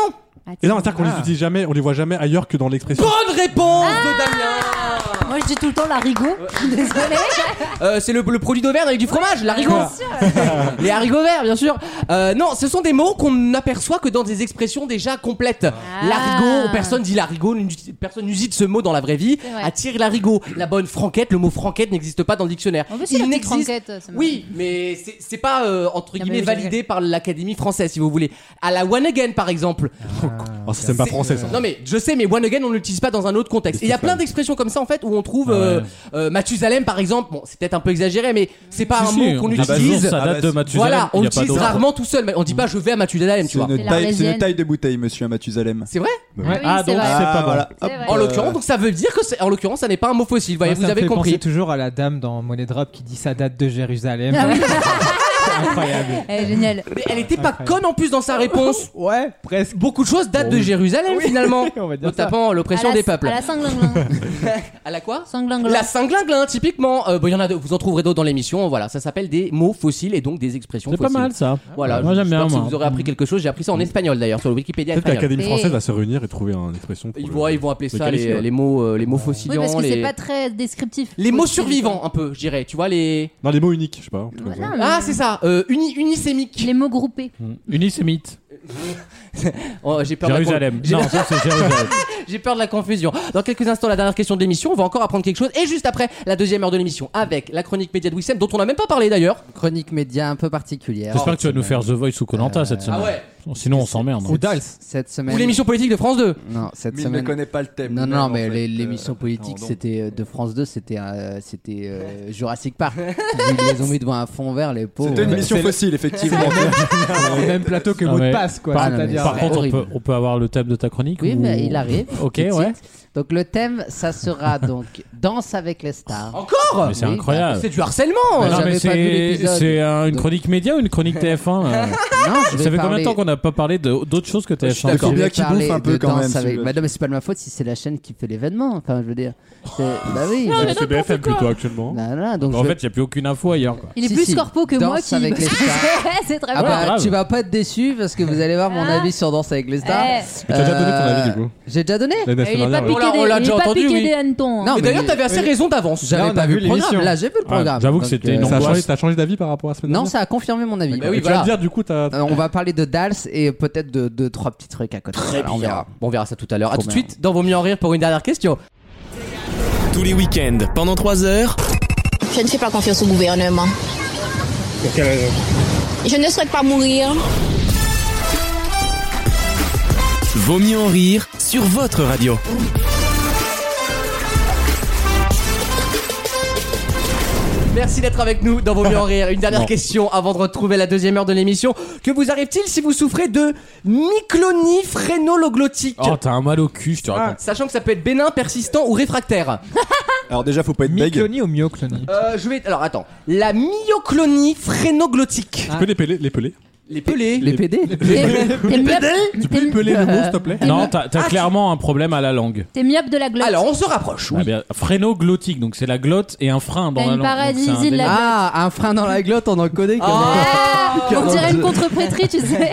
Speaker 9: Et non, c'est-à-dire qu'on
Speaker 7: Ah.
Speaker 9: les utilise jamais, on les voit jamais ailleurs que dans l'expression.
Speaker 2: Bonne réponse de Damien.
Speaker 4: Moi je dis tout le temps l'arigot. Désolée. Ah
Speaker 2: Euh, c'est le, le produit d'Auvergne avec du fromage, l'arigot.
Speaker 7: Ah,
Speaker 4: Bien sûr.
Speaker 2: Les haricots verts, bien sûr. Euh, non, ce sont des mots qu'on n'aperçoit que dans des expressions déjà complètes.
Speaker 4: Ah.
Speaker 2: L'arigot, personne dit l'arigot, n'uti- personne n'usite ce mot dans la vraie vie.
Speaker 4: C'est vrai.
Speaker 2: Attire l'arigot. La bonne franquette, le mot franquette n'existe pas dans le dictionnaire.
Speaker 4: En plus, c'est la petite
Speaker 2: n'existe-
Speaker 4: franquette. ça me-
Speaker 2: Oui, mais c'est- c'est pas euh, entre
Speaker 4: Non, mais
Speaker 2: guillemets
Speaker 4: oui,
Speaker 2: validé par l'Académie française, si vous voulez. À la One Again, par exemple.
Speaker 9: Oh, ça, c'est pas
Speaker 2: C'est-
Speaker 9: français, ça.
Speaker 2: Non mais je sais, mais One Again on l'utilise pas dans un autre contexte. Et il y a plein d'expressions comme ça en fait où on trouve
Speaker 3: Ah ouais.
Speaker 2: euh, euh, Mathusalem par exemple. Bon, c'est peut-être un peu exagéré, mais c'est pas
Speaker 3: Si,
Speaker 2: un
Speaker 3: si,
Speaker 2: mot qu'on
Speaker 3: dit toujours,
Speaker 2: utilise.
Speaker 3: Ça
Speaker 6: Ah
Speaker 3: date
Speaker 6: bah,
Speaker 3: de
Speaker 6: c'est-
Speaker 3: Mathusalem.
Speaker 2: Voilà, on
Speaker 3: il y a pas
Speaker 2: l'utilise
Speaker 3: d'autre.
Speaker 2: rarement tout seul. mais On dit pas je vais à Mathusalem, tu
Speaker 6: C'est
Speaker 2: vois.
Speaker 6: une
Speaker 4: C'est la
Speaker 6: taille- c'est
Speaker 4: Arlésienne.
Speaker 6: une taille de bouteille, monsieur à Mathusalem.
Speaker 2: C'est vrai
Speaker 4: Ah oui,
Speaker 3: Ah,
Speaker 4: c'est
Speaker 3: donc
Speaker 4: vrai.
Speaker 3: c'est pas bon.
Speaker 6: voilà.
Speaker 4: C'est vrai.
Speaker 2: En
Speaker 6: euh,
Speaker 2: l'occurrence, donc ça veut dire que c'est en l'occurrence ça n'est pas un mot fossile. Voyez,
Speaker 7: Moi, ça
Speaker 2: vous
Speaker 7: me
Speaker 2: avez
Speaker 7: fait penser
Speaker 2: compris.
Speaker 7: toujours à la dame dans Money Drop qui dit ça date de Jérusalem.
Speaker 4: Ah oui.
Speaker 7: Incroyable.
Speaker 4: Eh, génial.
Speaker 2: Mais elle était pas conne en plus dans sa réponse.
Speaker 7: Ouais, presque.
Speaker 2: Beaucoup de choses datent de Jérusalem finalement.
Speaker 7: On va
Speaker 2: En
Speaker 7: dire ça.
Speaker 2: tapant l'oppression
Speaker 4: À la-
Speaker 2: des peuples.
Speaker 4: À la cinglinglin.
Speaker 2: À la quoi
Speaker 4: Cinglinglin.
Speaker 2: La cinglinglin, typiquement. Euh, bon, il y en a deux, vous en trouverez d'autres dans l'émission. Voilà, ça s'appelle des mots fossiles et donc des expressions
Speaker 3: C'est
Speaker 2: fossiles.
Speaker 3: pas mal ça.
Speaker 2: Voilà,
Speaker 3: Moi, j'aime
Speaker 2: j'espère
Speaker 3: bien,
Speaker 2: que
Speaker 3: moi. Mm.
Speaker 2: Si vous aurez appris quelque chose, j'ai appris ça en espagnol d'ailleurs, sur le Wikipédia
Speaker 9: Peut-être que
Speaker 2: espagnol.
Speaker 9: l'Académie
Speaker 4: Et-
Speaker 9: française va se réunir et trouver une expression. pour
Speaker 2: Ils
Speaker 9: le-
Speaker 2: vont, ils vont appeler
Speaker 9: Le
Speaker 2: ça les,
Speaker 9: qualifiant.
Speaker 2: les mots, euh, les mots
Speaker 4: Oui,
Speaker 2: fossiliants,
Speaker 4: parce que c'est
Speaker 2: les,
Speaker 4: pas très descriptif.
Speaker 2: les mots survivants un peu, je dirais. Tu vois les.
Speaker 9: Non, les mots uniques, je sais pas.
Speaker 4: Ouais, non, mais-
Speaker 2: Ah, c'est ça. euh, uni- unisémique.
Speaker 3: Mm.
Speaker 4: Les mots groupés.
Speaker 3: Unisémite.
Speaker 2: Oh, j'ai peur. de la con-
Speaker 3: Jérusalem.
Speaker 2: J'ai-
Speaker 3: Non, ça c'est Jérusalem.
Speaker 2: J'ai peur de la confusion. Dans quelques instants, la dernière question de l'émission, on va encore apprendre quelque chose. Et juste après, la deuxième heure de l'émission, avec la chronique média de Wissem, dont on n'a même pas parlé d'ailleurs.
Speaker 5: Chronique média un peu particulière.
Speaker 2: Oh,
Speaker 3: J'espère que tu vas nous faire The Voice ou Colanta cette semaine. Sinon, on s'emmerde.
Speaker 7: Ou Dals.
Speaker 5: Cette semaine.
Speaker 2: Ou l'émission politique de France 2.
Speaker 5: Non, cette
Speaker 6: Mais il ne
Speaker 5: semaine.
Speaker 6: connaît pas le thème.
Speaker 5: Non, non, non, mais les-
Speaker 6: les
Speaker 5: l'émission politique, c'était euh, de France 2, c'était euh, c'était euh, Jurassic Park. Ils les ont mis devant un fond vert, les pauvres.
Speaker 6: C'était une mission fossile, effectivement.
Speaker 7: Le même plateau que
Speaker 3: Non,
Speaker 7: mot de
Speaker 3: mais-
Speaker 7: passe, quoi.
Speaker 5: Par-
Speaker 7: C'est-à-dire- euh,
Speaker 5: par
Speaker 3: Par contre, on
Speaker 5: horrible.
Speaker 3: peut, on peut avoir le thème de ta chronique
Speaker 5: Oui,
Speaker 3: ou-
Speaker 5: mais il arrive.
Speaker 3: Ok,
Speaker 5: tout de
Speaker 3: ouais.
Speaker 5: suite. Donc le thème, ça sera donc Danse avec les stars.
Speaker 2: Encore
Speaker 3: Mais c'est
Speaker 5: Oui,
Speaker 3: incroyable.
Speaker 2: C'est du harcèlement
Speaker 5: bah,
Speaker 3: non,
Speaker 5: j'avais
Speaker 3: Ah. mais
Speaker 5: pas vu
Speaker 3: c'est
Speaker 5: l'épisode.
Speaker 3: c'est un- une
Speaker 5: Donc-
Speaker 3: chronique média ou une chronique TF1 là
Speaker 5: Non, je vais
Speaker 3: Ça fait combien de
Speaker 5: parler-
Speaker 3: temps qu'on n'a pas parlé de- d'autre chose que
Speaker 6: Je suis
Speaker 3: TF1
Speaker 6: d'accord.
Speaker 5: je
Speaker 6: Faut bien
Speaker 5: vais
Speaker 6: qu'il
Speaker 5: parler
Speaker 6: bouffe un
Speaker 5: de
Speaker 6: peu quand
Speaker 5: Danse
Speaker 6: même,
Speaker 5: Avec...
Speaker 6: celui-là.
Speaker 5: Bah non, mais c'est pas de ma faute si c'est la chaîne qui fait l'événement. Enfin, je veux dire. c'est- Bah oui.
Speaker 4: mais
Speaker 9: C'est
Speaker 4: n'importe
Speaker 9: BFM
Speaker 4: quoi.
Speaker 9: plutôt actuellement.
Speaker 5: Là, là, donc
Speaker 3: En
Speaker 5: je-
Speaker 3: fait, il n'y a plus aucune info ailleurs. quoi.
Speaker 4: Il est
Speaker 5: Si,
Speaker 4: plus
Speaker 5: si.
Speaker 4: corpo que
Speaker 5: Danse
Speaker 4: moi qui.
Speaker 5: avec les stars.
Speaker 4: c'est très
Speaker 5: Ah
Speaker 4: bien.
Speaker 5: bah,
Speaker 3: grave.
Speaker 5: tu vas pas être déçu parce que vous allez voir mon
Speaker 4: Ah.
Speaker 5: avis sur Danse avec les stars. Euh,
Speaker 4: Eh.
Speaker 9: Mais tu as déjà donné ton avis du coup.
Speaker 5: J'ai déjà donné
Speaker 4: Eh, Il
Speaker 9: La
Speaker 4: est pas
Speaker 9: dernière, ouais.
Speaker 2: On l'a-
Speaker 4: piqué des,
Speaker 2: Oh on l'a
Speaker 4: il est
Speaker 2: déjà
Speaker 4: pas
Speaker 2: entendu,
Speaker 4: piqué
Speaker 2: oui.
Speaker 4: des hannetons. hein.
Speaker 5: Non,
Speaker 2: Mais
Speaker 5: mais
Speaker 2: d'ailleurs, t'avais assez raison d'avance.
Speaker 7: Là,
Speaker 5: J'avais
Speaker 7: on
Speaker 5: pas
Speaker 7: a
Speaker 5: vu
Speaker 7: vu
Speaker 5: le programme.
Speaker 7: l'émission.
Speaker 5: Là, j'ai vu le programme.
Speaker 3: j'avoue que
Speaker 5: Donc,
Speaker 3: c'était une
Speaker 5: euh,
Speaker 9: Ça a
Speaker 3: angoisse.
Speaker 9: changé- T'as changé d'avis par rapport à la semaine
Speaker 5: Non,
Speaker 9: dernière
Speaker 5: ça a confirmé mon avis.
Speaker 2: Bah oui,
Speaker 9: Et Tu
Speaker 2: voilà.
Speaker 9: vas me dire, du coup, t'as.
Speaker 5: Euh, on va parler de Dals et peut-être de deux, trois petits trucs à côté. Voilà, On verra.
Speaker 2: Bon, on verra ça tout à l'heure. À
Speaker 5: Trop
Speaker 2: tout de
Speaker 5: bien.
Speaker 2: suite dans Vos Mieux en Rire pour une dernière question.
Speaker 1: Tous les week-ends, pendant 3 heures.
Speaker 10: Je ne fais pas confiance au gouvernement. Je ne souhaite pas mourir.
Speaker 1: Vaut mieux en rire sur votre radio.
Speaker 2: Merci d'être avec nous dans Vos Mieux en Rire. Une dernière
Speaker 3: Non.
Speaker 2: question avant de retrouver la deuxième heure de l'émission. Que vous arrive-t-il si vous souffrez de myclonie phrénologlottique
Speaker 3: Oh, t'as un mal au cul, je te raconte.
Speaker 2: Sachant que ça peut être bénin, persistant ou réfractaire.
Speaker 6: Alors déjà, faut pas être bègue.
Speaker 7: Myoclonie ou myoclonie
Speaker 2: Euh, je vais. Alors attends. La myoclonie phrénoglottique.
Speaker 9: Tu peux les peler, les peler
Speaker 2: Les pelés.
Speaker 5: Les PD
Speaker 4: T'es t'es myope-
Speaker 9: Tu
Speaker 4: t'es
Speaker 9: peux
Speaker 4: myope-
Speaker 9: épeler le mot, s'il te
Speaker 4: Eh
Speaker 9: plaît
Speaker 4: ben,
Speaker 3: Non, t'as t'as
Speaker 2: Ah,
Speaker 3: clairement un problème à la langue.
Speaker 4: t'es myope de la glotte.
Speaker 2: Alors on se rapproche.
Speaker 3: Ah, bien, Phrénoglottique, donc c'est la glotte et un frein dans
Speaker 4: T'as
Speaker 3: la langue.
Speaker 4: une
Speaker 3: donc c'est un
Speaker 4: paralysie de la-
Speaker 3: délire.
Speaker 5: Ah, un frein dans la glotte, on en connaît. quand même.
Speaker 2: Ah,
Speaker 4: On dirait une contreprétrie, tu sais.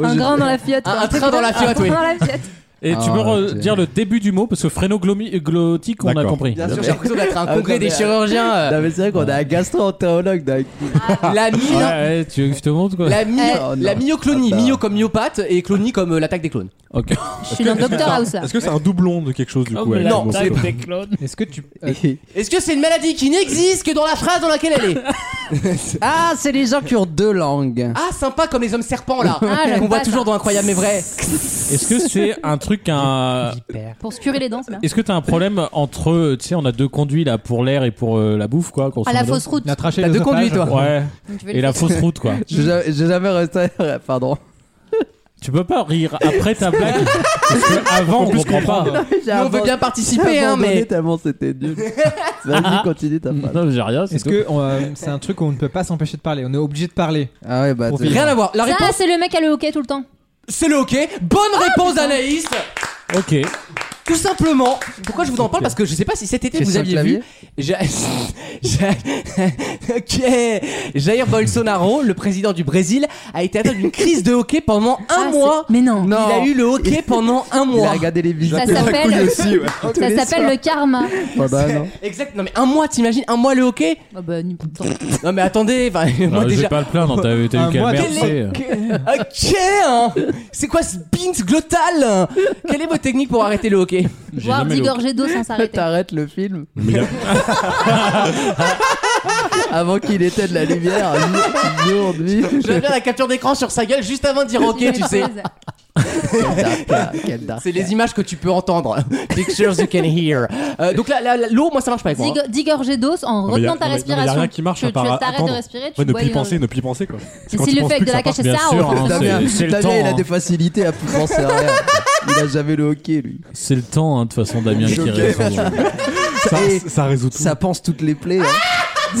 Speaker 4: un grain dans la fiotte.
Speaker 2: Un-
Speaker 4: quoi.
Speaker 2: un train dans la fiotte,
Speaker 4: Un
Speaker 2: oui.
Speaker 4: train dans la fiotte.
Speaker 3: Et tu
Speaker 5: Ah,
Speaker 3: peux
Speaker 5: ok.
Speaker 3: re- dire le début du mot parce que phrénoglottique, on a
Speaker 9: D'accord.
Speaker 3: compris.
Speaker 2: Bien sûr, j'ai l'impression d'être à un
Speaker 5: Ah,
Speaker 2: congrès
Speaker 5: non,
Speaker 2: des
Speaker 5: mais-
Speaker 2: chirurgiens. euh,
Speaker 5: Non, mais c'est vrai qu'on a un gastro-entérologue. d'un-
Speaker 2: la myo-
Speaker 3: Ouais, ouais, tu veux que je te montre quoi
Speaker 2: La, myo-
Speaker 5: Eh. Oh, non.
Speaker 2: la myoclonie,
Speaker 5: Ah, bah.
Speaker 2: myo comme myopathe et clonie comme euh, l'attaque des clones.
Speaker 3: Ok.
Speaker 4: Je suis dans Doctor House là.
Speaker 9: Est-ce que c'est un doublon de quelque chose du coup avec
Speaker 2: non,
Speaker 9: le mot
Speaker 2: c'est-
Speaker 9: glotte
Speaker 7: Est-ce que tu.
Speaker 2: Est-ce que c'est une maladie qui n'existe que dans la phrase dans laquelle elle est
Speaker 5: Ah, c'est les gens qui ont deux langues.
Speaker 2: Ah, sympa comme les hommes serpents là,
Speaker 4: Ah, j'aime
Speaker 2: qu'on voit
Speaker 4: pas
Speaker 2: toujours dans Incroyable mais vrai.
Speaker 3: Est-ce que c'est un truc un
Speaker 4: Pour se curer les dents, c'est bien.
Speaker 3: Est-ce que t'as un problème entre tu sais on a deux conduits là pour l'air et pour euh, la bouffe quoi grosso
Speaker 4: À Ah, la
Speaker 3: modo.
Speaker 4: fausse route.
Speaker 7: La trachée
Speaker 2: T'as deux conduits,
Speaker 7: l'œsophage.
Speaker 2: toi.
Speaker 3: Ouais.
Speaker 4: Donc, tu veux le
Speaker 3: Et la
Speaker 4: faire.
Speaker 3: fausse route quoi.
Speaker 5: J'ai jamais- j'ai jamais resté. Pardon.
Speaker 3: Tu peux pas rire après ta blague parce que avant on comprend pas.
Speaker 5: J'ai
Speaker 2: Nous, on veut
Speaker 5: abandonné-
Speaker 2: bien participer,
Speaker 5: j'ai
Speaker 2: hein,
Speaker 5: abandonné
Speaker 2: mais.
Speaker 5: tellement c'était nul. Vas-y, continue ta phrase.
Speaker 3: Non mais j'ai rien. c'est
Speaker 7: Est-ce
Speaker 3: tout.
Speaker 7: que euh, c'est un truc où on ne peut pas s'empêcher de parler On est obligé de parler.
Speaker 5: Ah ouais, bah.
Speaker 7: Pour
Speaker 5: c'est-
Speaker 7: vivre.
Speaker 2: Rien à voir. La
Speaker 4: Ça, Ah,
Speaker 2: réponse,
Speaker 4: c'est le mec à le hockey tout le temps.
Speaker 2: c'est le OK. Bonne réponse, Anaïs.
Speaker 3: Ok. Ah,
Speaker 2: Tout simplement. Pourquoi je vous en parle Parce que je sais pas si cet été
Speaker 5: J'ai
Speaker 2: vous
Speaker 5: sur le
Speaker 2: aviez
Speaker 5: clavier.
Speaker 2: vu. Ja- Ja- Ok. Jair Bolsonaro, le président du Brésil, a été atteint d'une crise de hockey pendant un
Speaker 4: Ah,
Speaker 2: mois.
Speaker 4: c'est- Mais non.
Speaker 5: Non.
Speaker 2: Il a eu le hockey pendant un
Speaker 5: Il a
Speaker 2: mois.
Speaker 5: regardé les
Speaker 4: Ça
Speaker 5: visages.
Speaker 4: s'appelle.
Speaker 6: aussi, ouais.
Speaker 4: Ça s'appelle le karma.
Speaker 2: Exact. Non mais un mois, t'imagines Un mois le hockey
Speaker 4: Ah bah, ni-
Speaker 2: Non mais attendez. enfin, moi
Speaker 3: Ah, je vais
Speaker 2: déjà.
Speaker 3: pas le plaindre, t'as t'as
Speaker 7: Un
Speaker 3: eu qu'à
Speaker 7: mois de
Speaker 3: mercer.
Speaker 2: Ok. hein. C'est quoi ce bint glottal hein Quelle est votre technique pour arrêter le hockey
Speaker 3: J'ai
Speaker 4: Voir
Speaker 3: jamais le-
Speaker 4: d'égorger d'eau sans s'arrêter.
Speaker 5: T'arrêtes le film
Speaker 9: Mais il a-
Speaker 5: avant qu'il éteigne la lumière. Lourde vive.
Speaker 2: J'aime bien la capture d'écran sur sa gueule juste avant de dire ok, tu sais.
Speaker 5: Quel dark, quel dark.
Speaker 2: C'est les images que tu peux entendre. Pictures you can hear. Euh, donc là, là, là, l'eau, moi, ça marche pas avec moi. hein.
Speaker 4: D'ego- D'égorger d'eau en
Speaker 9: mais y a-
Speaker 4: retenant ta
Speaker 9: non, mais- non, mais y a rien
Speaker 4: respiration.
Speaker 9: qui marche
Speaker 4: Tu-
Speaker 9: à part
Speaker 4: Tu t'arrêtes de
Speaker 9: attendre.
Speaker 4: respirer, tu
Speaker 9: Ouais, ne
Speaker 4: bois
Speaker 9: plus y
Speaker 4: une-
Speaker 9: penser, ne plus y penser quoi.
Speaker 4: Et
Speaker 9: C'est quand
Speaker 4: si
Speaker 9: tu
Speaker 4: le
Speaker 9: penses
Speaker 4: fait
Speaker 9: plus
Speaker 4: de
Speaker 9: que
Speaker 4: la
Speaker 9: ça part.
Speaker 4: cacher-
Speaker 3: Bien
Speaker 4: ça,
Speaker 3: sûr,
Speaker 4: on-
Speaker 3: hein,
Speaker 5: Damien,
Speaker 3: c'est- c'est le
Speaker 5: Damien, il a
Speaker 3: temps.
Speaker 5: des
Speaker 3: hein.
Speaker 5: facilités à penser à rien. Il a jamais le hockey, lui.
Speaker 3: C'est le temps hein, de toute façon Damien qui
Speaker 6: Choqué.
Speaker 3: répond. hein.
Speaker 9: Ça,
Speaker 5: Et-
Speaker 9: ça résout tout.
Speaker 5: Ça pense toutes les plaies. hein.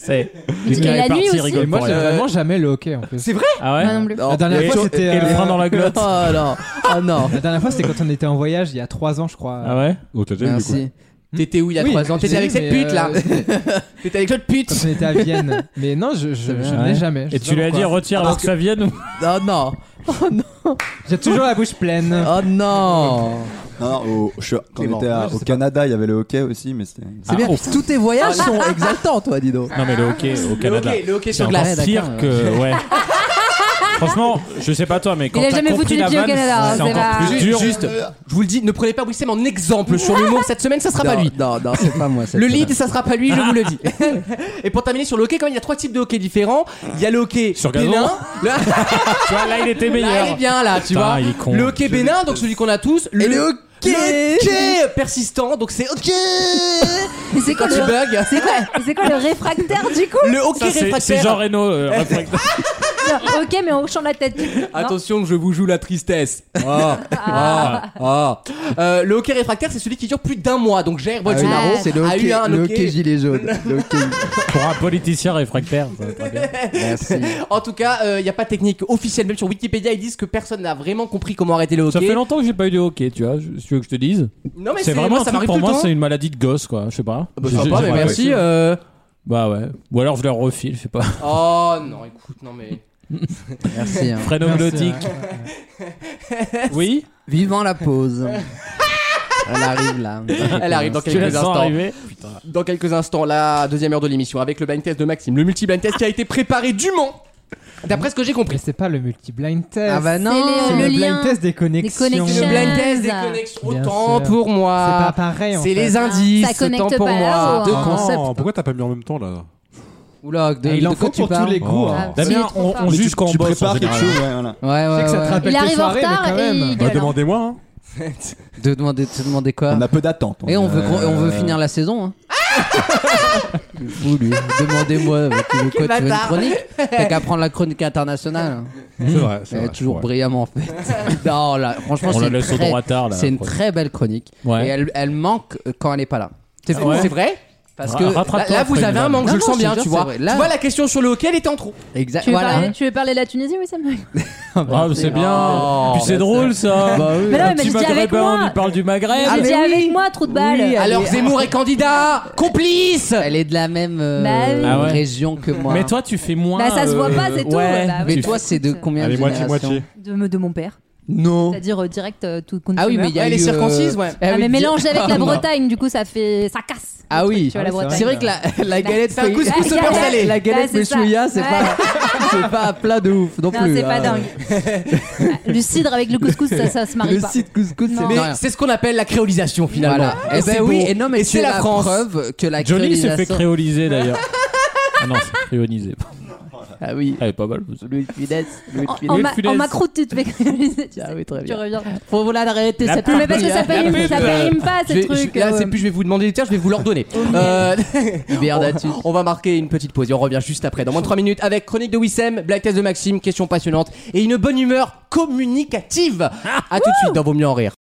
Speaker 3: C'est.
Speaker 4: Mais tu gagnes la nuit aussi.
Speaker 7: Et moi, j'ai vraiment jamais le hockey en fait.
Speaker 6: C'est vrai
Speaker 3: Ah ouais
Speaker 4: Moi non plus.
Speaker 7: La dernière
Speaker 3: Et-
Speaker 7: fois, c'était.
Speaker 3: Et le
Speaker 7: euh,
Speaker 3: frein dans la glotte.
Speaker 5: Oh non, oh non.
Speaker 7: La dernière fois, c'était quand on était en voyage il y a 3 ans, je crois.
Speaker 3: Ah ouais
Speaker 9: Oh, t'as déjà vu quoi.
Speaker 5: Merci.
Speaker 2: T'étais où il y a
Speaker 7: Oui,
Speaker 2: 3 ans
Speaker 7: j'ai
Speaker 2: T'étais avec
Speaker 7: vu,
Speaker 2: cette
Speaker 7: mais,
Speaker 2: pute là T'étais avec cette pute
Speaker 7: Quand on était à Vienne. Mais non, je, je, je
Speaker 3: Ouais.
Speaker 7: n'ai jamais. je
Speaker 3: Et
Speaker 7: sais
Speaker 3: tu
Speaker 7: pas
Speaker 3: lui as dit
Speaker 7: pourquoi.
Speaker 3: retire avant que ça vienne ou-
Speaker 5: Oh non,
Speaker 7: J'ai toujours la bouche pleine.
Speaker 3: Ah,
Speaker 5: oh non.
Speaker 6: Non, au- je- quand on était à- au Canada, il y avait le hockey aussi, mais c'était.
Speaker 5: C'est bien.
Speaker 3: Ah, oh.
Speaker 5: Tous tes voyages sont exaltants, toi, Dido.
Speaker 3: Non mais le hockey au Canada.
Speaker 2: hockey- le hockey sur
Speaker 3: c'est
Speaker 5: glace.
Speaker 3: encore pire
Speaker 5: Ouais, d'accord,
Speaker 3: que euh, ouais. Franchement, je sais pas toi, mais quand
Speaker 4: Il a
Speaker 3: t'as
Speaker 4: jamais
Speaker 3: compris
Speaker 4: foutu les
Speaker 3: la
Speaker 4: pieds au
Speaker 3: vanne,
Speaker 4: Canada,
Speaker 3: c'est
Speaker 4: c'est
Speaker 3: encore
Speaker 4: pas-
Speaker 3: plus dur.
Speaker 2: Juste, je vous le dis, ne prenez pas Wissem en exemple sur l'humour cette semaine, ça sera pas
Speaker 5: non,
Speaker 2: lui.
Speaker 5: Non, non, c'est pas moi. cette
Speaker 2: Le
Speaker 5: semaine.
Speaker 2: lead, ça sera pas lui, je vous le dis. Et pour terminer sur le hockey, quand même, il y a trois types de hockey différents. Il y a le hockey
Speaker 3: Sur gazon.
Speaker 2: bénin. Le-
Speaker 3: Tu vois, là, il était
Speaker 2: Là, il est
Speaker 3: meilleur.
Speaker 2: bien là, tu
Speaker 3: Putain,
Speaker 2: vois.
Speaker 3: il est con.
Speaker 2: Le hockey bénin, donc celui qu'on a tous.
Speaker 5: Et le hockey
Speaker 2: le hockey persistant, donc c'est hockey.
Speaker 4: Mais c'est quoi,
Speaker 2: Quand tu
Speaker 4: le...
Speaker 2: bugs.
Speaker 4: c'est quoi- c'est quoi le réfractaire du coup
Speaker 2: Le
Speaker 3: Ça,
Speaker 2: hockey
Speaker 3: c'est- C'est
Speaker 2: réfractaire.
Speaker 3: Jean Reno. euh, réfractaire.
Speaker 4: Non, Ok, mais on hochant la tête. Non.
Speaker 2: Attention, je vous joue la tristesse. Ah, ah, ah. Euh, le hockey réfractaire, c'est celui qui dure plus d'un mois. Donc Jair
Speaker 5: Ah oui,
Speaker 2: Bolsonaro
Speaker 4: Ah,
Speaker 5: c'est le
Speaker 2: a eu
Speaker 5: hockey,
Speaker 2: un
Speaker 5: le
Speaker 2: hockey-
Speaker 5: hockey gilet jaune. Le hockey-
Speaker 3: Pour un politicien réfractaire. ça va très bien.
Speaker 5: Merci.
Speaker 2: En tout cas, il n'y a pas de technique officielle. Même sur Wikipédia, ils disent que personne n'a vraiment compris comment arrêter le hockey.
Speaker 3: Ça fait longtemps que j'ai pas eu de hockey, tu vois. je- Si tu veux que je te dise.
Speaker 2: Non, mais
Speaker 3: C'est vraiment un
Speaker 2: ça
Speaker 3: truc
Speaker 2: m'arrive
Speaker 3: pour
Speaker 2: tout
Speaker 3: moi,
Speaker 2: le temps.
Speaker 3: c'est une maladie de gosse, quoi. Je sais pas.
Speaker 2: Ah bah,
Speaker 3: J'ai-
Speaker 2: sympa,
Speaker 3: j'ai-
Speaker 2: mais
Speaker 3: j'ai-
Speaker 2: merci. euh.
Speaker 3: Bah ouais. Ou alors je leur refile, je sais pas.
Speaker 2: Oh non, écoute, non mais.
Speaker 5: Merci. hein.
Speaker 3: Phrénoglottique. Oui.
Speaker 5: Vivant la pause. Elle arrive là.
Speaker 2: Elle arrive dans
Speaker 3: Tu la
Speaker 2: quelques
Speaker 3: sens
Speaker 2: instants.
Speaker 3: arriver.
Speaker 2: Dans quelques instants, la deuxième heure de l'émission avec le blind test de Maxime. Le multi-blind test qui a été préparé dûment. D'après ce que j'ai
Speaker 7: Mais
Speaker 2: compris.
Speaker 7: c'est pas le multi-blind test.
Speaker 5: Ah bah non.
Speaker 4: C'est
Speaker 7: C'est
Speaker 4: le
Speaker 7: le,
Speaker 4: lien.
Speaker 7: blind test des connexions.
Speaker 4: connexions.
Speaker 2: Le
Speaker 7: C'est
Speaker 2: blind test des
Speaker 4: Bien
Speaker 2: connexions.
Speaker 7: sûr.
Speaker 2: Autant pour
Speaker 7: pas
Speaker 2: moi.
Speaker 7: pareil en
Speaker 2: C'est
Speaker 7: fait.
Speaker 2: les
Speaker 4: Ah,
Speaker 2: indices.
Speaker 4: ça connecte
Speaker 2: autant pour
Speaker 4: pas là-haut,
Speaker 2: moi.
Speaker 5: Deux
Speaker 4: hein.
Speaker 5: concepts.
Speaker 9: Non, pourquoi t'as pas mis en même temps là
Speaker 5: Oula, de,
Speaker 7: Et il
Speaker 5: de
Speaker 7: en
Speaker 5: quoi
Speaker 7: faut
Speaker 5: tu
Speaker 7: pour
Speaker 5: parles
Speaker 7: tous les goûts.
Speaker 9: Oh.
Speaker 7: hein.
Speaker 4: Il est
Speaker 3: Damien,
Speaker 4: Ah, trop
Speaker 3: on,
Speaker 4: fort.
Speaker 3: on juge quand on
Speaker 6: tu
Speaker 3: bosse. en
Speaker 6: prépares quelque
Speaker 3: général.
Speaker 6: chose, ouais, voilà.
Speaker 5: Ouais, ouais,
Speaker 7: Je sais que ça
Speaker 5: ouais.
Speaker 7: te rappelle
Speaker 4: Il
Speaker 7: tes
Speaker 4: arrive en
Speaker 7: soirées, mais
Speaker 4: retard
Speaker 7: quand
Speaker 4: et
Speaker 7: même.
Speaker 4: il
Speaker 9: Bah,
Speaker 4: gueule.
Speaker 9: demandez-moi. Hein.
Speaker 5: De demander, de demander quoi
Speaker 6: On a peu d'attente.
Speaker 5: Et on veut, qu'on- et on veut
Speaker 6: Euh,
Speaker 5: finir la saison. Hein. Vous lui, demandez-moi euh, tu veux quoi, tu veux une chronique T'as qu'à prendre la chronique internationale. hein.
Speaker 9: C'est vrai, c'est
Speaker 5: Elle est
Speaker 9: vrai.
Speaker 5: toujours
Speaker 9: c'est vrai.
Speaker 5: brillamment faite. non, là, franchement,
Speaker 3: On
Speaker 5: c'est
Speaker 3: la
Speaker 5: une
Speaker 3: laisse au
Speaker 5: très-
Speaker 3: droit tard là.
Speaker 5: C'est une
Speaker 3: après.
Speaker 5: très belle chronique.
Speaker 3: Ouais.
Speaker 5: Et elle, elle manque euh, quand elle n'est pas là. C'est fou.
Speaker 3: ouais.
Speaker 2: C'est vrai
Speaker 5: Parce
Speaker 3: Ra-
Speaker 5: que
Speaker 3: rattrape-toi
Speaker 2: Là, là,
Speaker 3: après
Speaker 2: vous
Speaker 3: une
Speaker 2: avez un
Speaker 3: vanne.
Speaker 2: manque, je
Speaker 5: Non,
Speaker 2: le
Speaker 5: non,
Speaker 2: sens
Speaker 5: je
Speaker 2: bien,
Speaker 5: te jure,
Speaker 2: tu
Speaker 5: c'est
Speaker 2: vois.
Speaker 5: vrai.
Speaker 2: Tu
Speaker 5: Là-
Speaker 2: vois, la question sur le hockey, elle est en trop.
Speaker 5: Exact.
Speaker 4: Tu veux,
Speaker 5: Voilà.
Speaker 4: parler, tu veux parler de la Tunisie, oui, Sam
Speaker 3: Ah, mais c'est bien.
Speaker 2: Oh,
Speaker 3: Puis c'est drôle ça.
Speaker 5: Bah oui.
Speaker 4: Mais non,
Speaker 3: Un
Speaker 4: mais
Speaker 3: petit
Speaker 4: dis avec
Speaker 3: maghrébin, on
Speaker 4: moi.
Speaker 3: lui parle du Maghreb.
Speaker 5: Ah,
Speaker 4: Mais
Speaker 5: mais
Speaker 4: dis
Speaker 5: oui.
Speaker 4: avec moi, trou de balle.
Speaker 5: Oui,
Speaker 2: Alors Zemmour est candidat, complice
Speaker 5: Elle est de la même euh,
Speaker 4: Bah oui.
Speaker 3: Ah ouais.
Speaker 5: région que moi.
Speaker 3: Mais toi, tu fais moins. euh,
Speaker 4: Bah, ça se voit pas, c'est tout,
Speaker 3: ouais.
Speaker 4: bah,
Speaker 5: Mais
Speaker 3: Ah Tu-
Speaker 5: toi, c'est de combien
Speaker 9: Allez,
Speaker 5: de
Speaker 9: moitié,
Speaker 5: générations
Speaker 9: moitié.
Speaker 4: de, de mon père.
Speaker 5: Non.
Speaker 4: C'est-à-dire euh, direct euh, tout
Speaker 5: Ah oui, mais il y a
Speaker 2: Elle
Speaker 5: eu,
Speaker 2: est
Speaker 5: euh,
Speaker 2: circoncise, ouais.
Speaker 5: ah
Speaker 4: Ah,
Speaker 5: oui,
Speaker 4: mais
Speaker 5: di-
Speaker 4: mélangé avec la
Speaker 5: Ah, non.
Speaker 4: Bretagne, du coup, ça fait. Ça casse.
Speaker 5: Ah oui.
Speaker 4: Tu vois, la Bretagne.
Speaker 5: C'est vrai que la, la galette
Speaker 2: C'est un
Speaker 5: feuille-
Speaker 2: couscous au
Speaker 5: la-
Speaker 2: beurre salé.
Speaker 5: La galette
Speaker 4: Ouais, c'est ça.
Speaker 5: meshouya, c'est pas, c'est pas un plat de ouf non
Speaker 4: Non,
Speaker 5: plus.
Speaker 4: c'est pas
Speaker 5: hein.
Speaker 4: dingue. Ah, Le cidre avec le couscous, ça, ça se marie
Speaker 5: Le
Speaker 4: pas.
Speaker 5: site couscous, c'est
Speaker 4: Non.
Speaker 2: Mais
Speaker 5: rien.
Speaker 2: c'est ce qu'on appelle la créolisation finalement.
Speaker 5: Voilà. Eh
Speaker 2: c'est
Speaker 5: ben oui,
Speaker 2: beau.
Speaker 5: et non mais
Speaker 2: Et
Speaker 5: c'est la, preuve que la
Speaker 3: Jolie s'est fait
Speaker 5: créolisation-
Speaker 3: créoliser d'ailleurs. ah non, c'est créolisé.
Speaker 5: Ah oui.
Speaker 3: Elle est pas mal.
Speaker 5: Louis de Funès, Louis de
Speaker 4: En,
Speaker 5: Funès.
Speaker 4: en,
Speaker 3: Louis de
Speaker 4: ma-
Speaker 3: Funès.
Speaker 4: en macro, tu te fais criminaliser, tu,
Speaker 5: Ah
Speaker 4: sais.
Speaker 5: oui, très
Speaker 4: Tu
Speaker 5: bien.
Speaker 4: reviens.
Speaker 5: Faut vous l'arrêter
Speaker 3: La
Speaker 5: cette
Speaker 3: pub.
Speaker 4: Mais parce que ça
Speaker 5: pub.
Speaker 4: périme, ça périme pas,
Speaker 2: Je
Speaker 4: ces
Speaker 2: vais-
Speaker 4: trucs.
Speaker 2: je- là,
Speaker 4: euh,
Speaker 2: c'est plus je vais vous demander des tiers, je vais vous l'ordonner. Euh,
Speaker 5: Hibernatus.
Speaker 2: on, on va marquer une petite pause et on revient juste après, dans moins de 3 minutes, avec chronique de Wissem, black Ah, test de Maxime, question passionnante et une bonne humeur communicative. À tout de suite dans Vos mieux en rire.